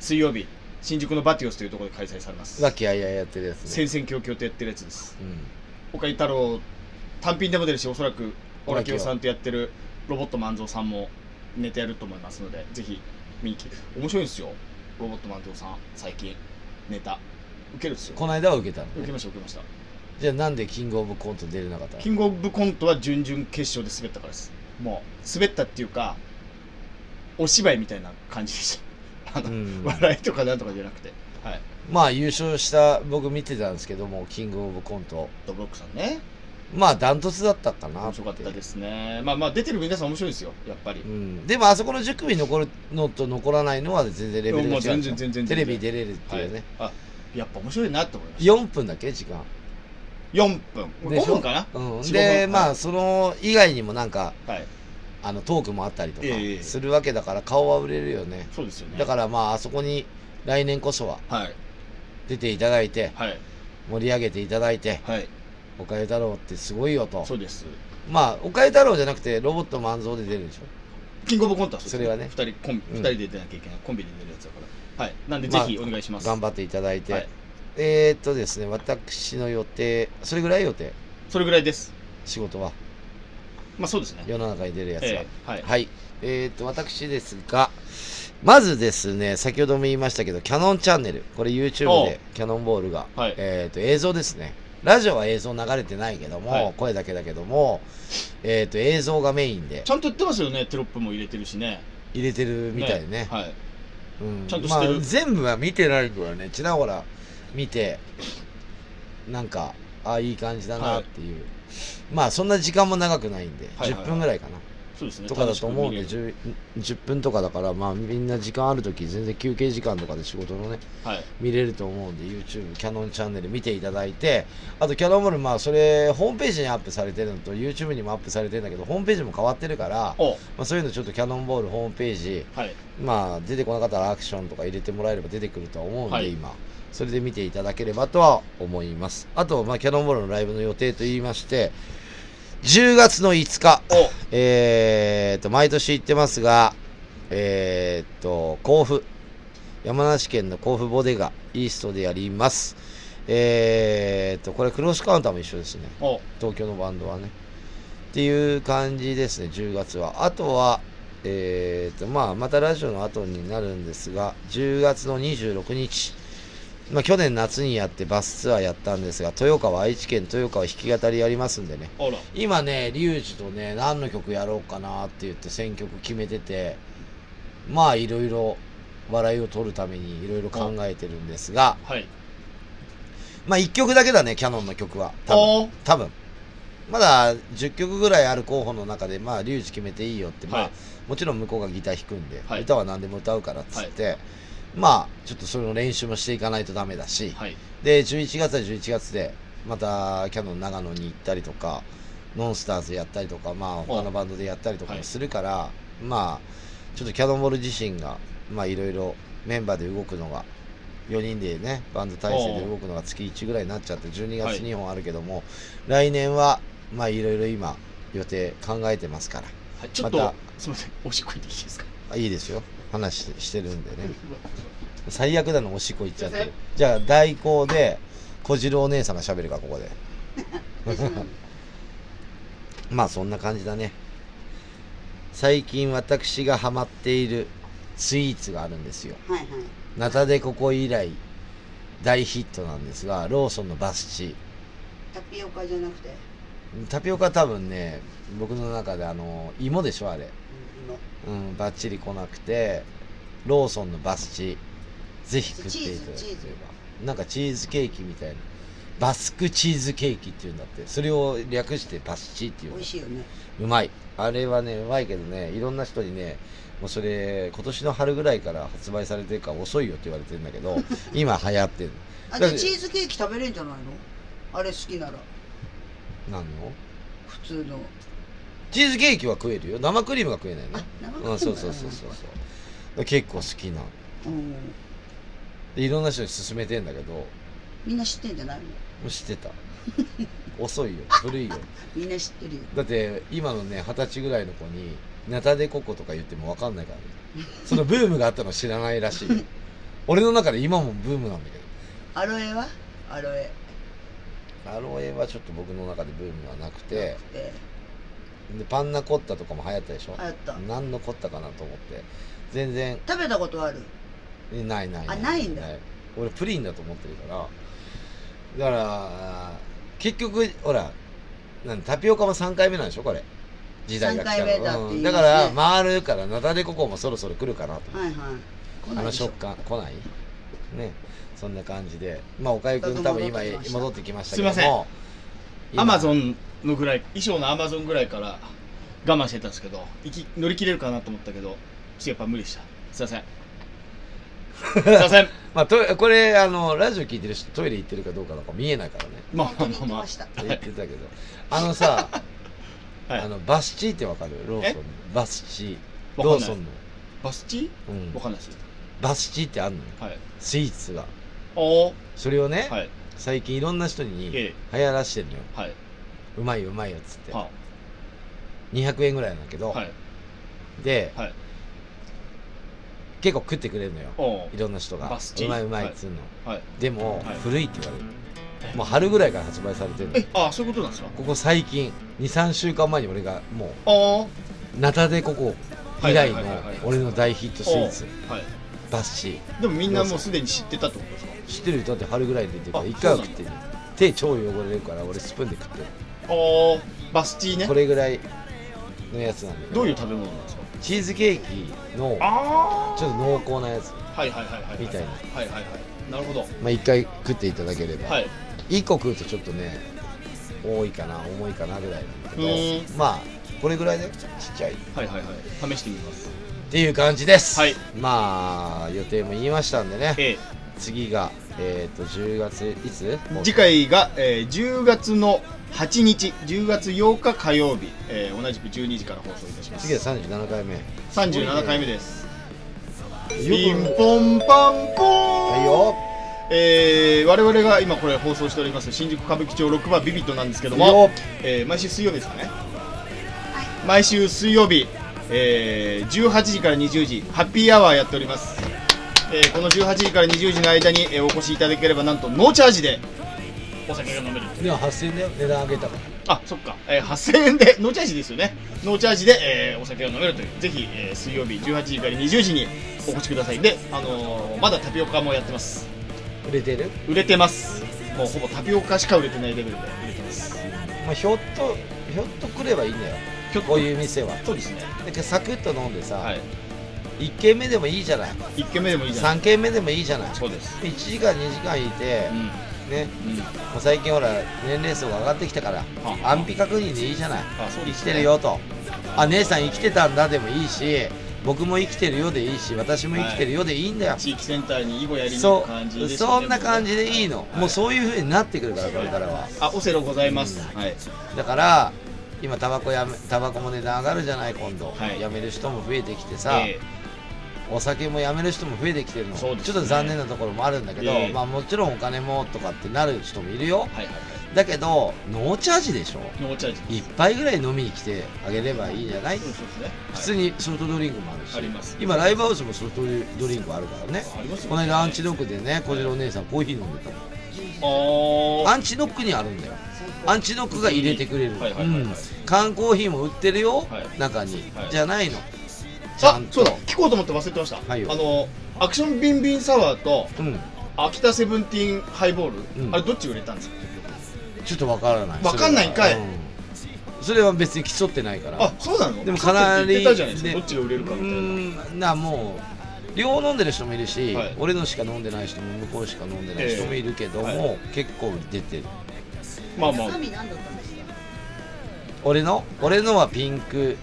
Speaker 2: 水曜日新宿のバティオスというところで開催されます
Speaker 1: 和気あいあいやってるやつね、
Speaker 2: 戦々恐々とやってるやつです
Speaker 1: うん、
Speaker 2: 岡井太郎単品でも出るしおそらくオラキオさんとやってるロボット万蔵さんもネタやると思いますのでぜひ見に来て面白いんですよロボット万蔵さん最近ネタ受けるんですよ
Speaker 1: この間は受けたの
Speaker 2: 受けました受けました
Speaker 1: じゃあなんでキングオブコント出れなかったの
Speaker 2: キングオブコントは準々決勝で滑ったからですもう滑ったっていうかお芝居みたいな感じでしたあの、
Speaker 1: うん
Speaker 2: 笑いとかなんとかじゃなくてはい
Speaker 1: まあ優勝した僕見てたんですけどもキングオブコント
Speaker 2: ドブロックさんね
Speaker 1: まあダントツだったかな
Speaker 2: 面白かったですねまあまあ出てる皆さん面白いですよやっぱり
Speaker 1: うん、でもあそこの10組残るのと残らないのは全然レベルが違う
Speaker 2: もう全然全然全
Speaker 1: テ
Speaker 2: 然
Speaker 1: レビ出れるっていうね、
Speaker 2: はい、あやっぱ面白いなって思いました
Speaker 1: 4分だっけ時間
Speaker 2: 4分
Speaker 1: で
Speaker 2: 5
Speaker 1: しょ
Speaker 2: 分かな
Speaker 1: うん、
Speaker 2: 45
Speaker 1: で
Speaker 2: 分
Speaker 1: ま
Speaker 2: は
Speaker 1: あその以外にもなんか
Speaker 2: いはい
Speaker 1: あのトークもあったりとか
Speaker 2: ええええ
Speaker 1: するわけだから顔は売れるよね
Speaker 2: そうですよね
Speaker 1: だからまああそこに来年こそは
Speaker 2: らはい
Speaker 1: 出ていただいて
Speaker 2: はい
Speaker 1: 盛り上げていただいて
Speaker 2: はい
Speaker 1: 「おかゆ太郎ってすごいよ」と
Speaker 2: そうです
Speaker 1: まあおかゆ太郎じゃなくてロボット万蔵で出るでしょ
Speaker 2: キングオブコントは
Speaker 1: それはね
Speaker 2: 2人コンビ、
Speaker 1: うん
Speaker 2: 二人で出なきゃいけないコンビで出るやつだからはいなんでぜ
Speaker 1: まあ
Speaker 2: ひお願いします、
Speaker 1: 頑張っていただいて、
Speaker 2: はい
Speaker 1: えー、っとですね私の予定それぐらい予定
Speaker 2: それぐらいです
Speaker 1: 仕事は
Speaker 2: まあそうですね
Speaker 1: 世の中に出るやつは、
Speaker 2: ええはい、
Speaker 1: はいえー、っと私ですがまずですね先ほども言いましたけどキャノンチャンネルこれ YouTube でキャノンボールが、
Speaker 2: はい
Speaker 1: えー、っと映像ですねラジオは映像流れてないけども、
Speaker 2: はい
Speaker 1: 声だけだけども、えー、っと映像がメインで
Speaker 2: ちゃんと言ってますよねテロップも入れてるしね
Speaker 1: 入れてるみたいね
Speaker 2: はい
Speaker 1: うん
Speaker 2: ちゃんとしてる
Speaker 1: まあ、全部は見てないからねちらほら見てなんかああいい感じだなっていう、まあそんな時間も長くないんで、
Speaker 2: はいはいはい
Speaker 1: 10分ぐらいかな
Speaker 2: そうですね
Speaker 1: とかだと思うんで
Speaker 2: 楽しく見れる
Speaker 1: 10, 10分とかだからまあみんな時間ある時全然休憩時間とかで仕事のね
Speaker 2: はい
Speaker 1: 見れると思うんで YouTube キャノンチャンネル見ていただいてあとキャノンボールまあそれホームページにアップされてるのと YouTube にもアップされてるんだけどホームページも変わってるから、ま
Speaker 2: お
Speaker 1: あ、そういうのちょっとキャノンボールホームページ
Speaker 2: はい
Speaker 1: まあ出てこなかったらアクションとか入れてもらえれば出てくるとは思うんで、
Speaker 2: はい
Speaker 1: 今それで見ていただければとは思いますあと、まあ、キャノンボールのライブの予定といいまして10月の5日
Speaker 2: お
Speaker 1: えー、っと毎年言ってますがえー、っと甲府山梨県の甲府ボデガイーストでやりますえー、っとこれクロスカウンターも一緒ですね
Speaker 2: お
Speaker 1: 東京のバンドはねっていう感じですね10月はあとはえー、とまあまたラジオの後になるんですが10月の26日まあ去年夏にやってバスツアーやったんですが豊川愛知県豊川弾き語りやりますんでね
Speaker 2: おら
Speaker 1: 今ねリュウジとね何の曲やろうかなって言って選曲決めててまあいろいろ笑いを取るためにいろいろ考えてるんですが
Speaker 2: はい
Speaker 1: まあ1曲だけだねキャノンの曲は多分
Speaker 2: おー
Speaker 1: 多分まだ10曲ぐらいある候補の中でまあリュウジ決めていいよって、ま
Speaker 2: は
Speaker 1: あもちろん向こうがギター弾くんで、
Speaker 2: はい
Speaker 1: 歌は何でも歌うからっつって、まあちょっとその練習もしていかないとダメだし、
Speaker 2: はい
Speaker 1: で11月は11月でまたキャノン長野に行ったりとかノンスターズやったりとかまあ他のバンドでやったりとかもするから、まあちょっとキャノンボール自身がまあいろいろメンバーで動くのが4人でねバンド体制で動くのが月1ぐらいになっちゃって12
Speaker 2: はい
Speaker 1: 月2本あるけども、来年はまあいろいろ今予定考えてますから
Speaker 2: はいちょっと、
Speaker 1: また
Speaker 2: すみませんおしっこ行ってきていいですか
Speaker 1: あいいですよ話してしてるんでね最悪だのおしっこ行っちゃってるじゃあ代行で小次郎お姉さんが喋るかここでまあそんな感じだね最近私がハマっているスイーツがあるんですよ
Speaker 4: はいはい
Speaker 1: ナタデココ以来大ヒットなんですがローソンのバスチ
Speaker 4: タピオカじゃなくて、
Speaker 1: タピオカは多分ね僕の中であの芋でしょあれ
Speaker 4: うん、芋
Speaker 1: うんバッチリ来なくてローソンのバスチぜひ食っていただけ
Speaker 4: チ
Speaker 1: れ
Speaker 4: ーズチー
Speaker 1: ばなんかチーズケーキみたいなバスクチーズケーキっていうんだってそれを略してバスチっていうんだ
Speaker 4: 美味
Speaker 1: って
Speaker 4: しいよね
Speaker 1: うまいあれはねうまいけどねいろんな人にねもうそれ今年の春ぐらいから発売されてるから遅いよって言われてるんだけ ど今流行ってる
Speaker 4: あじ
Speaker 1: だ
Speaker 4: ゃ
Speaker 1: っ
Speaker 4: あ
Speaker 1: て
Speaker 4: チーズケーキ食べれるんじゃないのあれ好きなら
Speaker 1: なんの
Speaker 4: 普通の
Speaker 1: チーズケーキは食えるよ生クリームが食えないね
Speaker 4: あ生クリーム
Speaker 1: うんそうそうそうそうそう結構好きなの
Speaker 4: うん
Speaker 1: でいろんな人に勧めてんだけども
Speaker 4: みんな知ってんじゃないの
Speaker 1: う知ってた遅いよ古いよ
Speaker 4: みんな知ってるよ
Speaker 1: だって今のね二十歳ぐらいの子にナタデココとか言っても分かんないからねそのブームがあったの知らないらしいよ俺の中で今もブームなんだけど
Speaker 4: アロエはアロエ
Speaker 1: アロエはちょっと僕の中でブームはなく
Speaker 4: で
Speaker 1: てでパンナコッタとかも流行ったでしょ
Speaker 4: 流行った
Speaker 1: 何のコッタかなと思って全然
Speaker 4: 食べたことある
Speaker 1: えないない
Speaker 4: あないんだ
Speaker 1: 俺プリンだと思ってるからだから結局ほらなんタピオカも3回目なんでしょこれ時代が来たの
Speaker 4: 三回目だって言いますね
Speaker 1: うんだから回るからナタデココもそろそろ来るかなと思って
Speaker 4: はいはいこん
Speaker 1: あ
Speaker 4: なん
Speaker 1: の
Speaker 4: でしょ
Speaker 1: 食感来ないねそんな感じでまあおかゆくん多分今戻ってきましたけども
Speaker 2: すいまアマゾ
Speaker 1: ン
Speaker 2: ンのぐらい衣装のアマゾンぐらいから我慢してたんですけど行き乗り切れるかなと思ったけどちょっとやっぱ無理でしたすいませんすい ません
Speaker 1: まあ、トイレこれあのラジオ聞いてる人トイレ行ってるかどうかなんか見えないからね
Speaker 2: まあま
Speaker 4: 本当
Speaker 2: あ
Speaker 4: に言
Speaker 2: まあ
Speaker 4: って
Speaker 2: まあ
Speaker 4: ました
Speaker 1: 言ってたけどあのさ、
Speaker 2: はい
Speaker 1: あのバスチーってわかるローソンのバスチーロー
Speaker 2: わかんない
Speaker 1: ソンの、
Speaker 2: バスチ
Speaker 1: うん
Speaker 2: わ、かんないです
Speaker 1: バスチーってあんのよ
Speaker 2: はい
Speaker 1: スイーツが
Speaker 2: おお
Speaker 1: それをね、
Speaker 2: はい
Speaker 1: 最近いろんな人に流
Speaker 2: え
Speaker 1: 行らしてるのよ
Speaker 2: はいう
Speaker 1: まいうまいよっつって
Speaker 2: は
Speaker 1: 200円ぐらいなんだけど、
Speaker 2: はい
Speaker 1: で、
Speaker 2: はい
Speaker 1: 結構食ってくれるのよ
Speaker 2: おお
Speaker 1: いろんな人が
Speaker 2: バスチー
Speaker 1: うまいうまいっつうの、
Speaker 2: はい
Speaker 1: でも、
Speaker 2: はい
Speaker 1: 古いって言われるもう春ぐらいから発売されてるの
Speaker 2: えああそういうことなんですか
Speaker 1: ここ最近23週間前に俺がも
Speaker 2: おお
Speaker 1: うナタデココ以来の
Speaker 2: はいはいはいはい
Speaker 1: 俺の大ヒットスイーツ
Speaker 2: はい
Speaker 1: バッシ
Speaker 2: でもみんなもうすでに知ってたってことですか
Speaker 1: ー知ってる人だって春ぐらいに出てるから
Speaker 2: あ
Speaker 1: 一回は食ってる手超汚れるから俺スプーンで食ってる
Speaker 2: おおバスチーね
Speaker 1: これぐらいのやつなんだけ
Speaker 2: どういう食べ物なんですか
Speaker 1: チーズケーキの
Speaker 2: あ
Speaker 1: ちょっと濃厚なやつ
Speaker 2: あはいはいはいはい
Speaker 1: みたいな
Speaker 2: はいはいはいなるほど
Speaker 1: まあ一回食っていただければ、
Speaker 2: はい
Speaker 1: 一個食うとちょっとね多いかな重いかなぐらいなんだ
Speaker 2: う
Speaker 1: け
Speaker 2: ー
Speaker 1: どまあこれぐらいでちっちゃいっ
Speaker 2: はいはいはい試してみます
Speaker 1: ていう感じです、
Speaker 2: はい
Speaker 1: まあ予定も言いましたんでね
Speaker 2: ええ
Speaker 1: 次がえっ、と10月いつ
Speaker 2: 次回が、えー10月の8日10月8日火曜日、えー同じく12時から放送いたします
Speaker 1: 次は37回目
Speaker 2: 37回目ですピ
Speaker 1: よ
Speaker 2: ン
Speaker 1: く
Speaker 2: ポンパンポ
Speaker 1: は
Speaker 2: ー
Speaker 1: い
Speaker 2: ン、
Speaker 1: よ
Speaker 2: えー我々が今これ放送しております新宿歌舞伎町6番ビビットなんですけど
Speaker 1: いい
Speaker 2: も
Speaker 1: よ、
Speaker 2: えー毎週水曜日ですかね、毎週水曜日、えー18時から20時ハッピーアワーやっております、えーこの18時から20時の間に、えーお越しいただければなんとノーチャージでお酒が飲める
Speaker 1: でも8000円だよ値段上げたから
Speaker 2: あそっか、えー8000円でノーチャージですよねノーチャージで、えーお酒を飲めるというぜひ、えー水曜日18時から20時にお越しくださいで、あのーまだタピオカもやってます
Speaker 1: 売れてる
Speaker 2: 売れてますもうほぼタピオカしか売れてないレベルで売れてます
Speaker 1: まあひょっとひょっと来ればいいんだよ
Speaker 2: ひょっと
Speaker 1: こういう店は
Speaker 2: そうですね
Speaker 1: だからサクッと飲んでさ、
Speaker 2: はい
Speaker 1: 1軒目でもいいじゃない
Speaker 2: 1軒目でもいいじゃない
Speaker 1: 3軒目でもいいじゃない
Speaker 2: そうです
Speaker 1: 1時間2時間いて
Speaker 2: う、ん
Speaker 1: ね
Speaker 2: うん
Speaker 1: もう最近ほら年齢層が上がってきたから
Speaker 2: あ
Speaker 1: 安否確認でいいじゃない
Speaker 2: あそう
Speaker 1: 生
Speaker 2: で
Speaker 1: き
Speaker 2: す
Speaker 1: て
Speaker 2: ね
Speaker 1: るよとあ姉さん生きてたんだでもいいし僕も生きてるよでいいし私も生きてるよでいいんだよ、
Speaker 2: 地域センターに囲碁やりに行
Speaker 1: そ
Speaker 2: く感じ
Speaker 1: う
Speaker 2: ですね
Speaker 1: そんな感じでいいの、
Speaker 2: はい
Speaker 1: もうそういう風になってくるからこれからは
Speaker 2: あオセロございますはい
Speaker 1: だから今タバコやめタバコも値段上がるじゃない今度、
Speaker 2: はい
Speaker 1: やめる人も増えてきてさ、
Speaker 2: え
Speaker 1: お酒もやめる人も増えてきてるの、ち
Speaker 2: そ
Speaker 1: ょ
Speaker 2: う
Speaker 1: っ
Speaker 2: ですね
Speaker 1: と残念なところもあるんだけど、
Speaker 2: ええ
Speaker 1: まあもちろんお金もとかってなる人もいるよ
Speaker 2: ーはいはいは
Speaker 1: だけどノーチャージでしょ
Speaker 2: いノーチャージ
Speaker 1: 一杯ぐらい飲みに来てあげればいいじゃない
Speaker 2: そうですねはい
Speaker 1: 普通にソフトドリンクもあるし、
Speaker 2: あります
Speaker 1: 今ライブハウスもソフトドリンクあるからね
Speaker 2: ありますよ
Speaker 1: この間アンチドックでね小次郎お姉さんコーヒー飲んでたもん
Speaker 2: あー
Speaker 1: アンチドックにあるんだよ
Speaker 4: 最
Speaker 1: アンチドックが入れてくれる、
Speaker 2: はいはいはいはい
Speaker 1: うん缶コーヒーも売ってるよ、
Speaker 2: はい
Speaker 1: 中に、
Speaker 2: はい
Speaker 1: じゃないのちゃ
Speaker 2: あ
Speaker 1: んと
Speaker 2: そうだ聞こうと思って忘れてました、
Speaker 1: はいよ
Speaker 2: あのアクションビンビンサワーと
Speaker 1: うん
Speaker 2: 秋田セブンティーンハイボール、
Speaker 1: うん
Speaker 2: あれどっち売れたんですか
Speaker 1: ちょっとわからない
Speaker 2: わかんないんかい
Speaker 1: それはうんそれは別に競ってないから
Speaker 2: あそうなの
Speaker 1: でもかなり
Speaker 2: ちょっと言ってたじゃないですか
Speaker 1: で
Speaker 2: どっちが売れるか
Speaker 1: う
Speaker 2: みたいな
Speaker 1: ーんなもう両飲んでる人もいるし、
Speaker 2: はい
Speaker 1: 俺のしか飲んでない人も向こうしか飲んでない人もいるけども、
Speaker 2: ええ
Speaker 1: 結構出てる
Speaker 2: まあまあ
Speaker 4: 中身何だったんですか
Speaker 1: 俺の俺のはピンク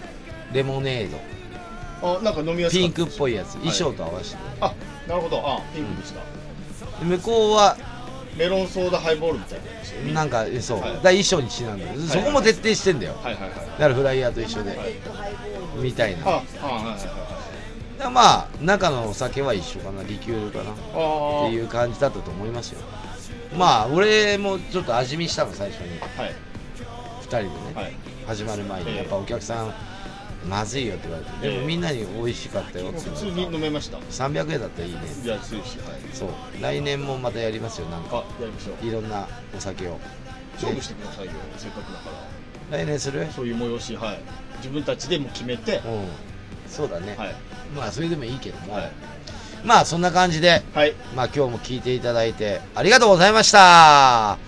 Speaker 1: レモネード
Speaker 2: あなんか飲みやすい
Speaker 1: ピンクっぽいやつ
Speaker 2: い
Speaker 1: 衣装と合わせて、
Speaker 2: あなるほどあピンクでした、
Speaker 1: で向こうは
Speaker 2: メロンソーダハイボールみたいなやつですよね
Speaker 1: なんかえそう、
Speaker 2: はい
Speaker 1: だから衣装にちなんで、
Speaker 2: い
Speaker 1: そこも徹底してんだよ
Speaker 2: はいはいはい
Speaker 1: だからフライヤーと一緒
Speaker 4: 山
Speaker 1: で
Speaker 4: 田テッドハイボール
Speaker 1: みたいな
Speaker 2: ああはいはいはい
Speaker 1: だからまあ中のお酒は一緒かなリキュールかなっ
Speaker 2: あ
Speaker 1: ていう感じだったと思いますよまあ俺もちょっと味見したの最初に
Speaker 2: あはい
Speaker 1: 2人でね、
Speaker 2: はい
Speaker 1: 始まる前
Speaker 2: ええ
Speaker 1: にやっぱお客さんまずいよって言われて
Speaker 2: ええ
Speaker 1: でもみんなに美味しかったよって
Speaker 2: 普通に
Speaker 1: 言われ
Speaker 2: 飲めました
Speaker 1: た300円だったらいいね
Speaker 2: じゃあ安いしはい
Speaker 1: そう来年もまたやりますよなんか
Speaker 2: あやりましょう
Speaker 1: いろんなお酒を
Speaker 2: 勝負してくださいよせっかくだから
Speaker 1: 来年する
Speaker 2: そういう催しはい自分たちでもう決めて
Speaker 1: うんそうだね、
Speaker 2: はい
Speaker 1: まあそれでもいいけども、
Speaker 2: はい
Speaker 1: まあそんな感じで
Speaker 2: はい
Speaker 1: まあ今日も聞いていただいてありがとうございました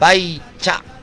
Speaker 1: バイチャ